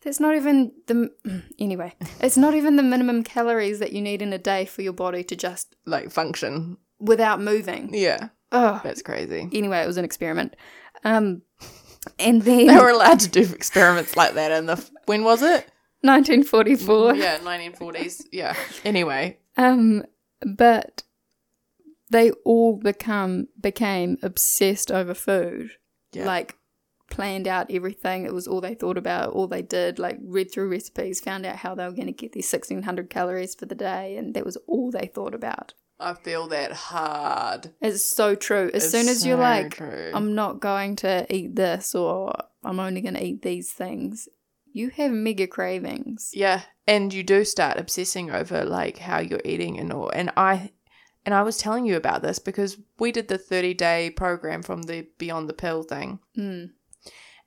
A: There's not even the anyway. It's not even the minimum calories that you need in a day for your body to just
B: like function.
A: without moving.
B: Yeah,
A: Oh,
B: that's crazy.
A: anyway, it was an experiment. Um, and then
B: They were allowed to do experiments like that in the f- when was it?
A: 1944.
B: Yeah, nineteen forties. Yeah. Anyway,
A: Um, but they all become became obsessed over food.
B: yeah,
A: like planned out everything. It was all they thought about, all they did, like read through recipes, found out how they were going to get these 1600 calories for the day, and that was all they thought about.
B: I feel that hard.
A: It's so true. As
B: It's
A: soon as you're
B: so
A: like,
B: true.
A: I'm not going to eat this or I'm only going to eat these things, you have mega cravings.
B: Yeah, and you do start obsessing over like how you're eating and all. And I and I was telling you about this because we did the 30-day program from the Beyond the Pill thing.
A: Mm.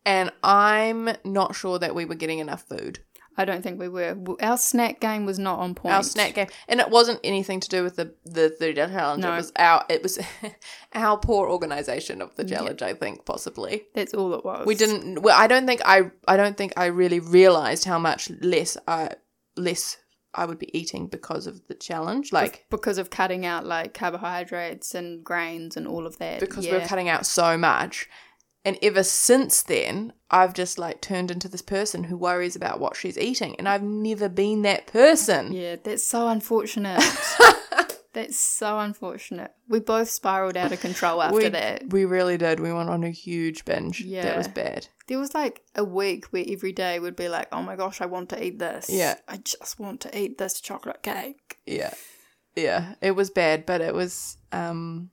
B: And I'm not sure that we were getting enough food.
A: I don't think we were. W- Our snack game was not on point.
B: Our snack game, and it wasn't anything to do with the the thirty day challenge.
A: No.
B: It was our it was our poor organization of the
A: Yeah.
B: challenge. I think possibly
A: That's all it was.
B: we didn't. Well, I don't think I I don't think I really realized how much less I less I would be eating because of the challenge. Like
A: Because of cutting out like carbohydrates and grains and all of that.
B: because
A: yeah.
B: we were cutting out so much. And ever since then, I've just like turned into this person who worries about what she's eating. And I've never been that person.
A: Yeah, that's so unfortunate. that's so unfortunate. We both spiraled out of control after
B: we,
A: that.
B: we really did. We went on a huge binge. That was
A: Yeah.
B: bad.
A: There was like a week where every day would be like, oh my gosh, I want to eat this.
B: Yeah.
A: I just want to eat this chocolate cake.
B: Yeah. Yeah. It was bad, but it was um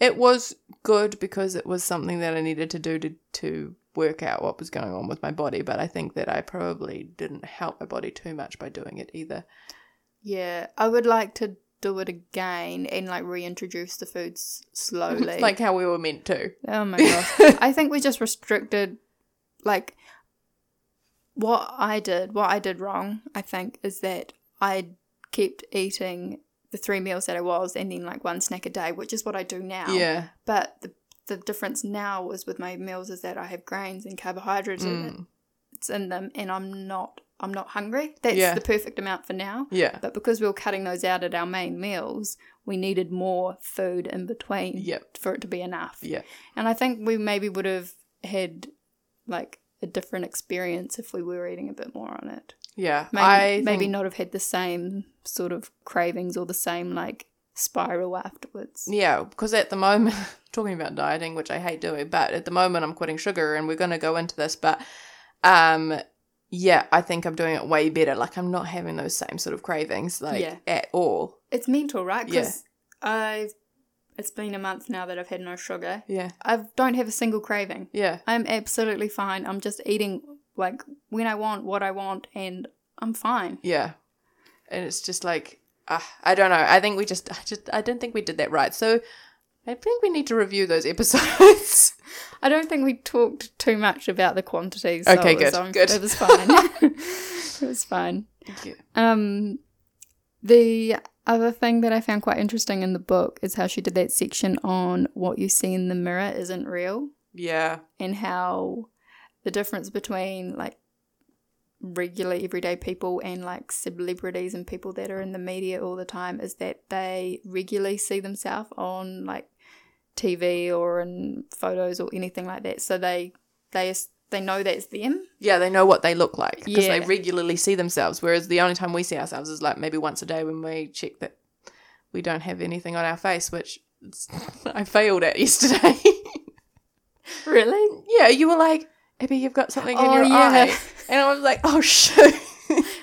B: it was good because it was something that I needed to do to to work out what was going on with my body, but I think that I probably didn't help my body too much by doing it either.
A: Yeah, I would like to do it again and like reintroduce the foods slowly.
B: like how we were meant to.
A: oh my gosh. I think we just restricted, like, what I did, what I did wrong, I think, is that I kept eating the three meals that I was and then like one snack a day, which is what I do now.
B: Yeah.
A: But the, the difference now is with my meals is that I have grains and carbohydrates in it.
B: Mm.
A: it's in them and I'm not I'm not hungry. That's
B: Yeah.
A: the perfect amount for now.
B: Yeah.
A: But because we were cutting those out at our main meals, we needed more food in between
B: Yep.
A: for it to be enough.
B: Yeah.
A: And I think we maybe would have had like a different experience if we were eating a bit more on it.
B: Yeah.
A: Maybe,
B: I
A: maybe
B: think-
A: not have had the same sort of cravings or the same like spiral afterwards.
B: Yeah, because at the moment, talking about dieting, which I hate doing, but at the moment I'm quitting sugar and we're going to go into this, but um yeah, I think I'm doing it way better. Like I'm not having those same sort of cravings like
A: Yeah.
B: at all.
A: It's mental, right?
B: Yeah.
A: Because I've it's been a month now that I've had no sugar.
B: Yeah.
A: I don't have a single craving.
B: Yeah.
A: I'm absolutely fine. I'm just eating like when I want, what I want, and I'm fine.
B: Yeah. And it's just like uh, I don't know. I think we just I just I don't think we did that right. So I think we need to review those episodes.
A: I don't think we talked too much about the quantities.
B: Okay,
A: it was,
B: good,
A: um,
B: good.
A: It was fine. it was fine.
B: Yeah.
A: Um, the other thing that I found quite interesting in the book is how she did that section on what you see in the mirror isn't real.
B: yeah.
A: and how the difference between like regular everyday people and like celebrities and people that are in the media all the time is that they regularly see themselves on like TV or in photos or anything like that so they they they know that's them
B: Yeah, they know what they look like because they
A: Yeah.
B: regularly see themselves. Whereas the only time we see ourselves is like maybe once a day when we check that we don't have anything on our face, which it's- I failed at yesterday.
A: really
B: yeah, you were like, Abby, you've got something in
A: Oh,
B: your
A: yeah.
B: eye. And I was like, oh, shoot.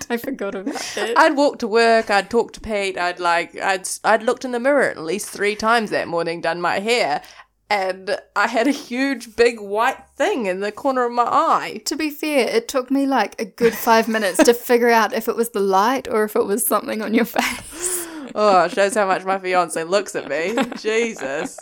A: I forgot about that
B: I'd walk to work, I'd talk to Pete, I'd like, I'd, I'd looked in the mirror at least three times that morning, done my hair, and I had a huge, big white thing in the corner of my eye.
A: to be fair it took me like a good 5 minutes to figure out if it was the light or if it was something on your face
B: Oh, it shows how much my fiance looks at me. Jesus.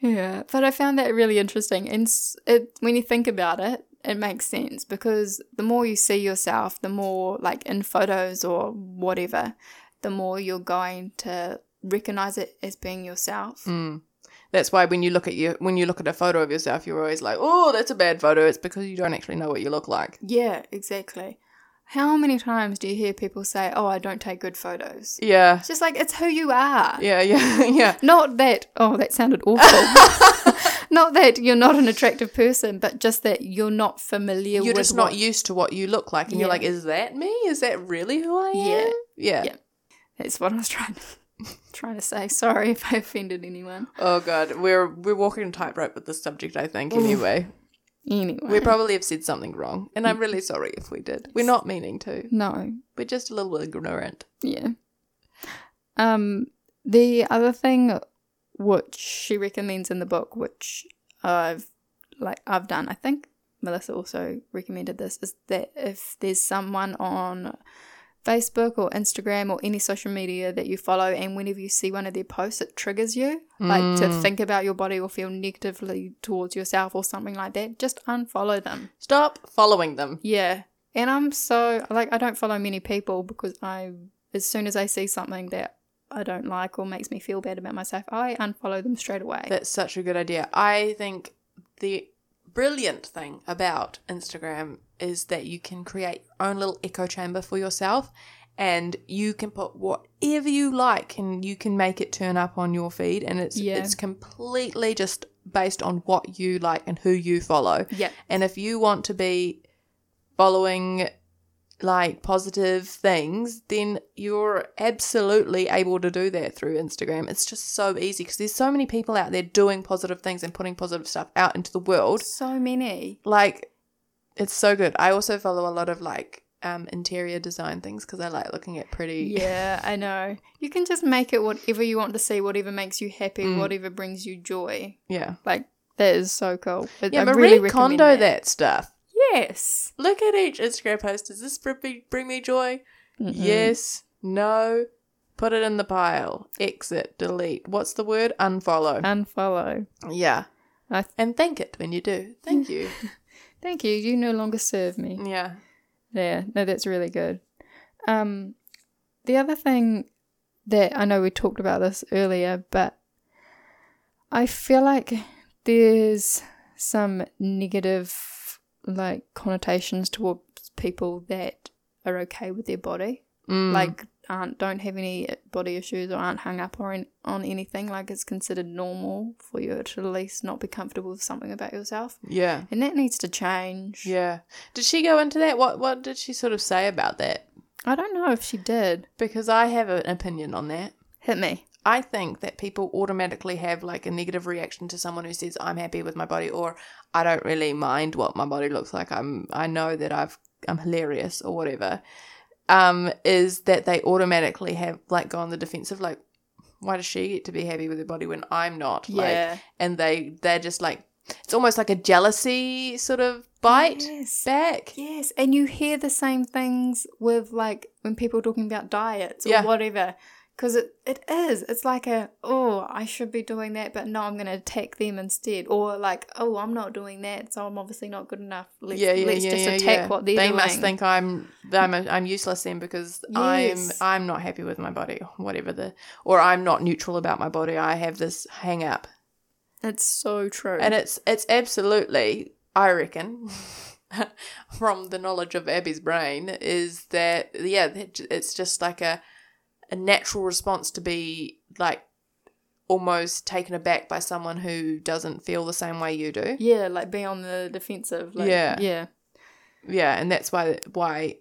A: Yeah, but I found that really interesting. And s- it, when you think about it, it makes sense because the more you see yourself, the more, like in photos or whatever, the more you're going to recognize it as being yourself.
B: Mm. That's why when you look at you when you look at a photo of yourself, you're always like, "Oh, that's a bad photo." It's because you don't actually know what you look like.
A: Yeah, exactly. How many times do you hear people say, Oh, I don't take good photos?
B: Yeah,
A: It's just like, it's who you are.
B: yeah, yeah, yeah,
A: Not that, oh, that sounded awful. not that you're not an attractive person, but just that you're not familiar
B: You're
A: with
B: just not
A: what
B: used to what you look like, and you're
A: Yeah.
B: like, "Is that me? Is that really who I
A: Yeah.
B: am?" Yeah.
A: Yeah. That's what I was trying to, trying to say. Sorry if I offended anyone.
B: Oh god, we're we're walking a tightrope with this subject. I think anyway,
A: Anyway.
B: we probably have said something wrong, and
A: Mm.
B: I'm really sorry if we did. We're not meaning to.
A: no.
B: We're just a little ignorant.
A: Yeah. Um the other thing which she recommends in the book, which I've like I've done, I think Melissa also recommended this, is that if there's someone on Facebook or Instagram or any social media that you follow and whenever you see one of their posts it triggers you. Like to
B: Mm.
A: think about your body or feel negatively towards yourself or something like that, just unfollow them.
B: Stop following them.
A: Yeah. And I'm so like I don't follow many people because I as soon as I see something that I don't like or makes me feel bad about myself, I unfollow them straight away.
B: That's such a good idea. I think the brilliant thing about Instagram is that you can create your own little echo chamber for yourself and you can put whatever you like and you can make it turn up on your feed and it's
A: Yeah.
B: it's completely just based on what you like and who you follow.
A: yeah.
B: And if you want to be following like positive things, then you're absolutely able to do that through Instagram. It's just so easy because there's so many people out there doing positive things and putting positive stuff out into the world.
A: So many.
B: Like, it's so good. I also follow a lot of like um, interior design things because I like looking at pretty.
A: Yeah, I know. You can just make it whatever you want to see, whatever makes you happy,
B: Mm.
A: whatever brings you joy.
B: Yeah.
A: Like that is so cool. I-
B: Yeah,
A: I
B: Marie
A: really recommend
B: Kondo that. stuff.
A: Yes.
B: Look at each Instagram post. Does this br- br- bring me joy?
A: Mm-mm.
B: Yes, no, put it in the pile, exit, delete. What's the word? Unfollow.
A: Unfollow.
B: yeah.
A: I th-
B: And thank it when you do. Thank you.
A: Thank you. You no longer serve me.
B: Yeah.
A: Yeah, no, that's really good. Um, the other thing that I know we talked about this earlier, but I feel like there's some negative like connotations towards people that are okay with their body,
B: Mm.
A: like aren't don't have any body issues or aren't hung up or in, on anything. Like it's considered normal for you to at least not be comfortable with something about yourself,
B: yeah.
A: and that needs to change.
B: Yeah. Did she go into that? What What did she sort of say about that?
A: I don't know if she did
B: Because I have an opinion on that.
A: hit me.
B: I think that people automatically have like a negative reaction to someone who says I'm happy with my body or I don't really mind what my body looks like. I'm I know that I've I'm hilarious or whatever. Um, is that they automatically have like go on the defensive like why does she get to be happy with her body when I'm not? Like
A: Yeah.
B: and they they're just like it's almost like a jealousy sort of bite
A: Yes.
B: back.
A: Yes, and you hear the same things with like when people are talking about diets or
B: Yeah.
A: whatever. Because it, it is. It's like a, oh, I should be doing that, but no, I'm going to attack them instead. Or like, oh, I'm not doing that, so I'm obviously not good enough. Let's, let's just attack what they're
B: they
A: doing.
B: must think I'm I'm I'm useless then because
A: Yes.
B: I'm I'm not happy with my body, whatever the, or I'm not neutral about my body. I have this hang up,
A: It's so true.
B: and it's it's absolutely I reckon, from the knowledge of Abby's brain, is that yeah, that j- it's just like a a natural response to be like almost taken aback by someone who doesn't feel the same way you do.
A: yeah, like be on the defensive. Like,
B: Yeah.
A: Yeah.
B: yeah and that's why why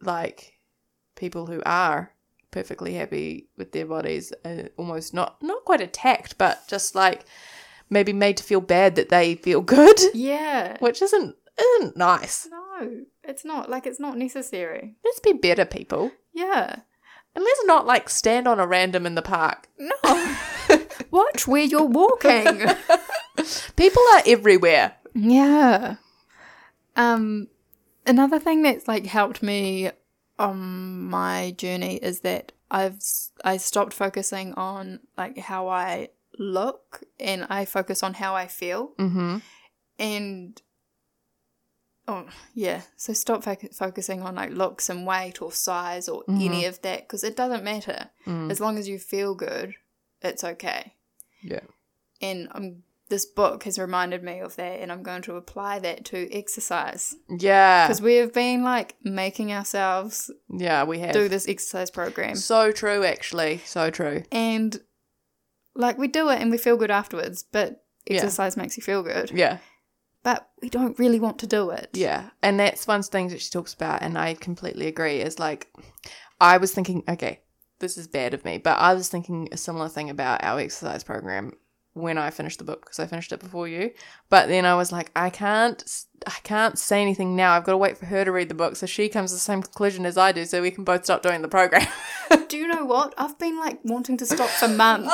B: like people who are perfectly happy with their bodies are almost not not quite attacked but just like maybe made to feel bad that they feel good
A: Yeah.
B: which isn't isn't nice
A: No, it's not. Like, it's not necessary.
B: let's be better people
A: Yeah.
B: and let's not like stand on a random in the park
A: No. Watch where you're walking.
B: people are everywhere
A: Yeah. Um another thing that's like helped me on my journey is that I've s- I stopped focusing on like how I look and I focus on how I feel
B: mm-hmm
A: and oh yeah so stop foc focusing on like looks and weight or size or any of that because it doesn't matter
B: Mm.
A: as long as you feel good it's okay
B: Yeah.
A: and i'm this book has reminded me of that and i'm going to apply that to exercise
B: yeah
A: because we have been like making ourselves
B: yeah we have
A: do this exercise program
B: so true actually so true
A: and like we do it and we feel good afterwards but
B: Yeah.
A: exercise makes you feel good
B: yeah
A: but we don't really want to do it
B: Yeah, and that's one thing that she talks about, and I completely agree. Is like, I was thinking, okay, this is bad of me, but I was thinking a similar thing about our exercise program when I finished the book because I finished it before you. But then I was like, I can't, s- I can't say anything now. I've got to wait for her to read the book so she comes to the same conclusion as I do, so we can both stop doing the program.
A: Do you know what? I've been like wanting to stop for months.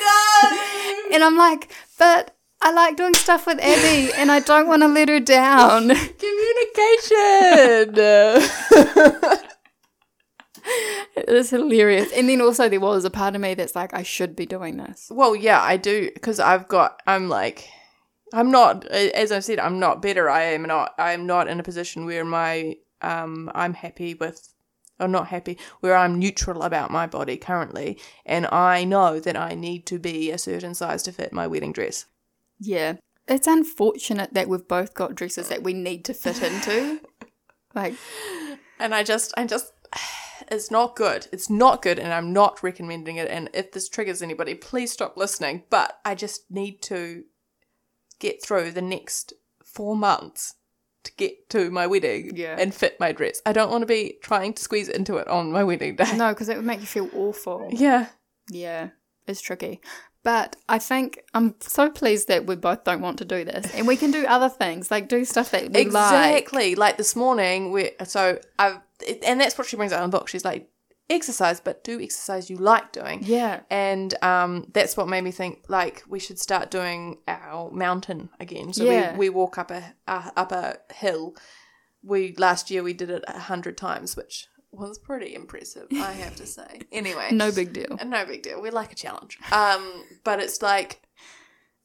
B: oh no!
A: And I'm like, but I like doing stuff with Abby and I don't want to let her down.
B: Communication.
A: it is hilarious. And then also, there was a part of me that's like, I should be doing this.
B: Well, yeah, I do because I've got. I'm like, I'm not. As I've said, I'm not better. I am not. I am not in a position where my um I'm happy with. Or not happy where I'm neutral about my body currently, and I know that I need to be a certain size to fit my wedding dress.
A: Yeah. It's unfortunate that we've both got dresses that we need to fit into. like,
B: And I just, I just, it's not good. It's not good, and I'm not recommending it. And if this triggers anybody, please stop listening. But I just need to get through the next four months to get to my wedding
A: Yeah.
B: and fit my dress. I don't want to be trying to squeeze into it on my wedding day.
A: no, because it would make you feel awful.
B: Yeah.
A: Yeah, it's tricky. But I think I'm so pleased that we both don't want to do this. And we can do other things, like do stuff that we like.
B: Exactly. Like, this morning, we so I've, and that's what she brings out in the book. She's like, exercise, but do exercise you like doing.
A: Yeah.
B: and um, that's what made me think like we should start doing our mountain again. So
A: Yeah.
B: we, we walk up a uh, up a hill. We last year we did it a hundred times, which was pretty impressive, I have to say. Anyway,
A: No big deal.
B: and no big deal. We like a challenge. Um, but it's like,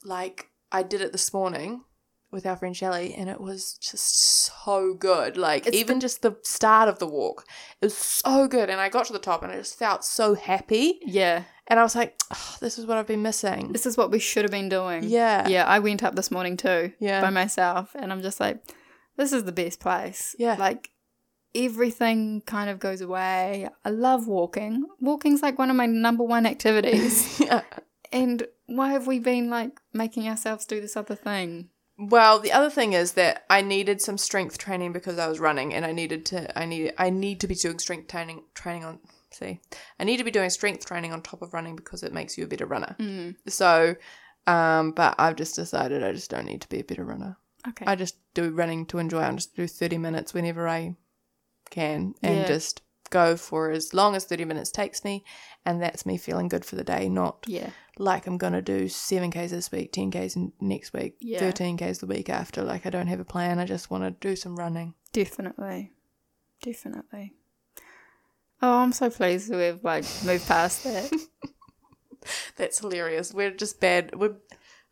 B: like I did it this morning. It with our friend Shelley, and it was just so good. Like
A: It's
B: even just the start of the walk, it was so good. And I got to the top, and I just felt so happy.
A: Yeah.
B: And I was like, "Oh, "This is what I've been missing."
A: This is what we should have been doing.
B: Yeah,
A: Yeah, I went up this morning too
B: Yeah.
A: by myself and I'm just like, this is the best place.
B: Yeah.
A: Like everything kind of goes away. I love walking. Walking's like one of my number one activities.
B: yeah.
A: and why have we been like making ourselves do this other thing?
B: Well, the other thing is that I needed some strength training because I was running, and I needed to. I need. I need to be doing strength training. Training on. See, I need to be doing strength training on top of running because it makes you a better runner.
A: Mm.
B: So, um, but I've just decided I just don't need to be a better runner.
A: Okay.
B: I just do running to enjoy. I just do thirty minutes whenever I can, and
A: Yeah.
B: just go for as long as thirty minutes takes me, and that's me feeling good for the day, not
A: yeah.
B: like I'm gonna do seven k's this week, ten k's n- next week,
A: Yeah.
B: thirteen k's the week after. Like I don't have a plan. I just want to do some running.
A: Definitely. Definitely. Oh, I'm so pleased we've like moved past that.
B: That's hilarious. We're just bad. We're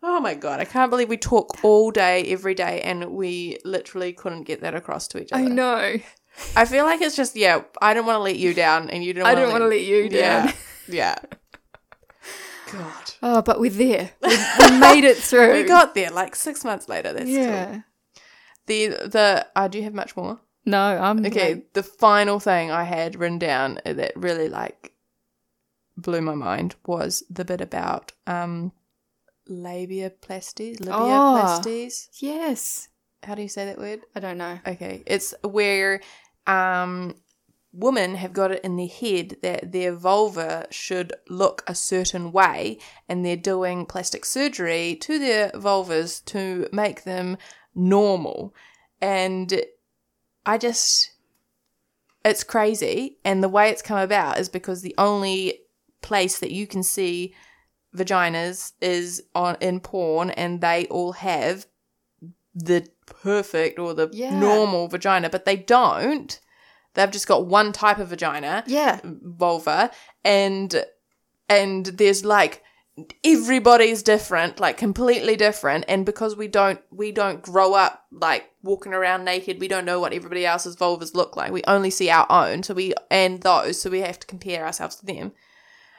B: oh my god, I can't believe we talk all day, every day, and we literally couldn't get that across to each other.
A: I know.
B: I feel like it's just yeah. I don't want to let you down, and you don't.
A: I don't want to let you down.
B: Yeah, yeah. God,
A: Oh, but we're there. We, we made it through.
B: we got there like six months later. That's
A: yeah.
B: yeah. The the I do you have much more.
A: No, I'm
B: Okay,
A: like-
B: the final thing I had written down that really like blew my mind was the bit about um labiaplasties, labiaplasties.
A: yes.
B: How do you say that word?
A: I don't know.
B: Okay, it's where um women have got it in their head that their vulva should look a certain way and they're doing plastic surgery to their vulvas to make them normal. And I just it's crazy and the way it's come about is because the only place that you can see vaginas is on in porn and they all have the perfect or the
A: Yeah.
B: normal vagina but they don't they've just got one type of vagina
A: Yeah.
B: vulva and and there's like everybody's different like completely different and because we don't we don't grow up like walking around naked we don't know what everybody else's vulvas look like we only see our own so we and those so we have to compare ourselves to them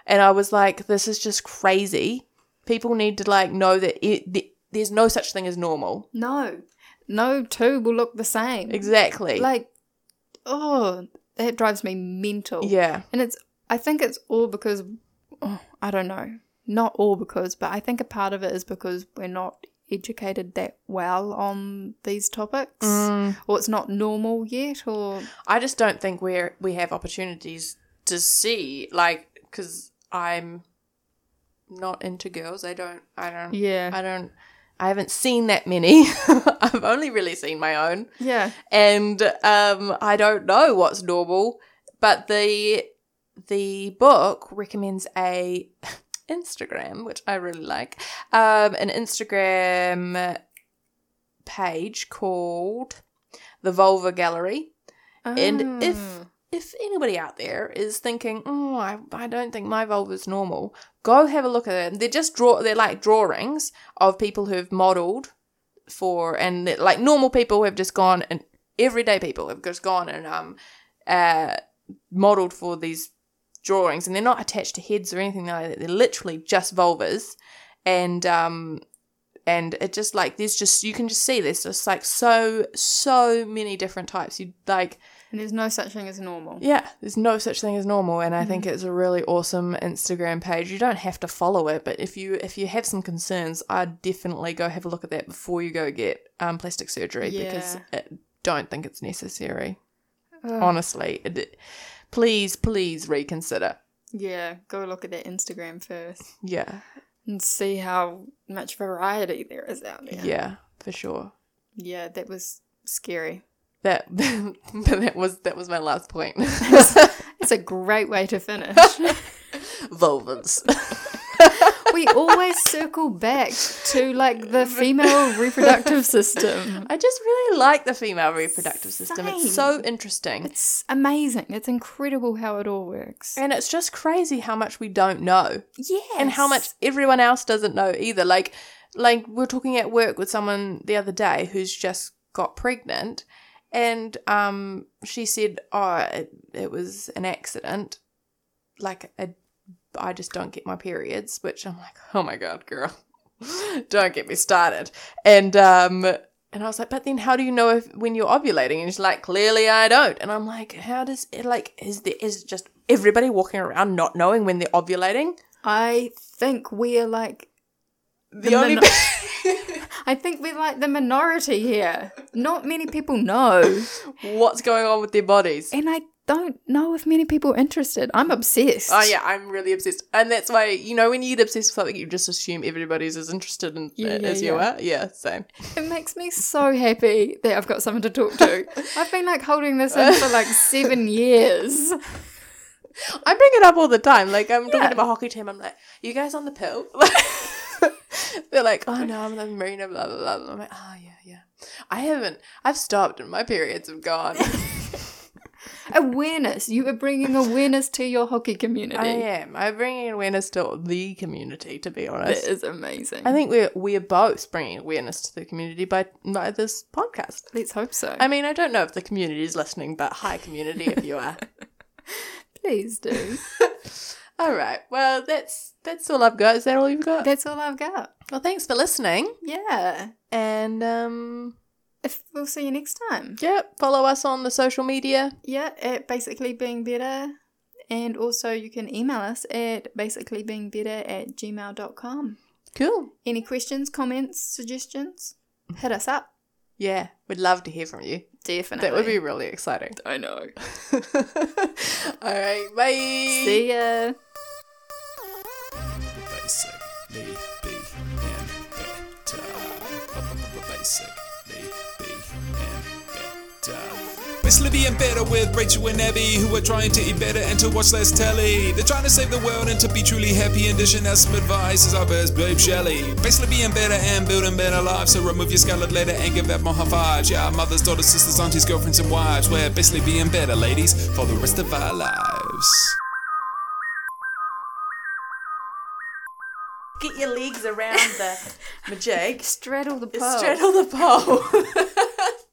B: and i was like this is just crazy people need to like know that it, th- there's no such thing as normal
A: No. No two will look the same.
B: exactly
A: Like, oh, that drives me mental.
B: yeah
A: And it's, I think it's all because, oh, I don't know, not all because, but I think a part of it is because we're not educated that well on these topics,
B: Mm.
A: or it's not normal yet, or
B: I just don't think we're we have opportunities to see like because I'm not into girls. I don't. I don't.
A: yeah,
B: I don't. I haven't seen that many. I've only really seen my own,
A: yeah,
B: and um, I don't know what's normal. But the the book recommends a Instagram, which I really like, um, an Instagram page called the Vulva Gallery. And if
A: Ah.
B: if anybody out there is thinking, oh, I, I don't think my vulva's normal, go have a look at them. They're just draw. They're like drawings of people who've modelled for, and that- like normal people have just gone and everyday people have just gone and um, uh, modelled for these drawings, and they're not attached to heads or anything like that. They're literally just vulvas, and um, and it just like there's just you can just see there's just like so so many different types. You like
A: and there's no such thing as normal.
B: yeah, there's no such thing as normal, and I
A: Mm.
B: think it's a really awesome Instagram page. You don't have to follow it, but if you if you have some concerns, I'd definitely go have a look at that before you go get um, plastic surgery because I don't think it's necessary.
A: Ugh.
B: Honestly, it, please please reconsider.
A: Yeah, go look at their Instagram first
B: Yeah,
A: and see how much variety there is out there.
B: yeah, for sure.
A: Yeah, that was scary.
B: That that was that was my last point.
A: It's a great way to finish.
B: Vulvas.
A: we always circle back to like the female reproductive system.
B: I just really like the female reproductive system. It's so
A: Same.
B: interesting.
A: It's amazing. It's incredible how it all works.
B: and it's just crazy how much we don't know
A: Yeah.
B: and how much everyone else doesn't know either. Like, like we we're talking at work with someone the other day who's just got pregnant, and um, she said, "Oh, it, it was an accident. Like, a, I just don't get my periods." Which I'm like, "Oh my god, girl, don't get me started." And um, and I was like, "But then, how do you know if when you're ovulating?" And she's like, "Clearly, I don't." And I'm like, "How does it like is there is it just everybody walking around not knowing when they're ovulating?"
A: I think we're like
B: the,
A: The
B: only
A: mono- I think we're like the minority here. Not many people know.
B: what's going on with their bodies.
A: And I don't know if many people are interested. I'm obsessed.
B: Oh yeah, I'm really obsessed, and that's why you know when you get obsessed with something, you just assume everybody's as interested in
A: Yeah,
B: it
A: yeah,
B: as you
A: yeah.
B: are. Yeah, same.
A: It makes me so happy that I've got someone to talk to. I've been like holding this in for like seven years.
B: I bring it up all the time. Like I'm talking
A: Yeah.
B: to my hockey team, I'm like, "You guys on the pill?" They're like, "Oh no, I'm the marina." Blah blah blah. And I'm like, "Oh yeah, yeah." I haven't. I've stopped, and my periods have gone.
A: Awareness. You are bringing awareness to your hockey community.
B: I am. I'm bringing awareness to the community. To be
A: That
B: honest,
A: is amazing.
B: I think we're we're both bringing awareness to the community by by this podcast.
A: Let's hope so.
B: I mean, I don't know if the community is listening, but hi, community, if you are.
A: Please do.
B: all right. Well, that's that's all I've got. Is that all you've got?
A: That's all I've got.
B: well, thanks for listening,
A: Yeah.
B: and um,
A: If we'll see you next time.
B: yeah, follow us on the social media.
A: Yeah, at basically being better. And also you can email us at basically being better at gmail.com.
B: Cool.
A: Any questions, comments, suggestions? Hit us up.
B: Yeah, we'd love to hear from you.
A: Definitely.
B: That would be really exciting.
A: I know.
B: all right. Bye.
A: See ya.
C: Basically being better. Basically being better. Basically being better with Rachel and Abby, who are trying to eat better and to watch less telly. They're trying to save the world and to be truly happy and dishing out some advice as our best babe Shelley. Basically being better and building better lives. So remove your scarlet letter and give that more high fives. Yeah, our mothers, daughters, sisters, aunties, girlfriends, and wives. We're basically being better, ladies, for the rest of our lives.
B: Get your legs around the majig.
A: Straddle the pole.
B: Straddle the pole.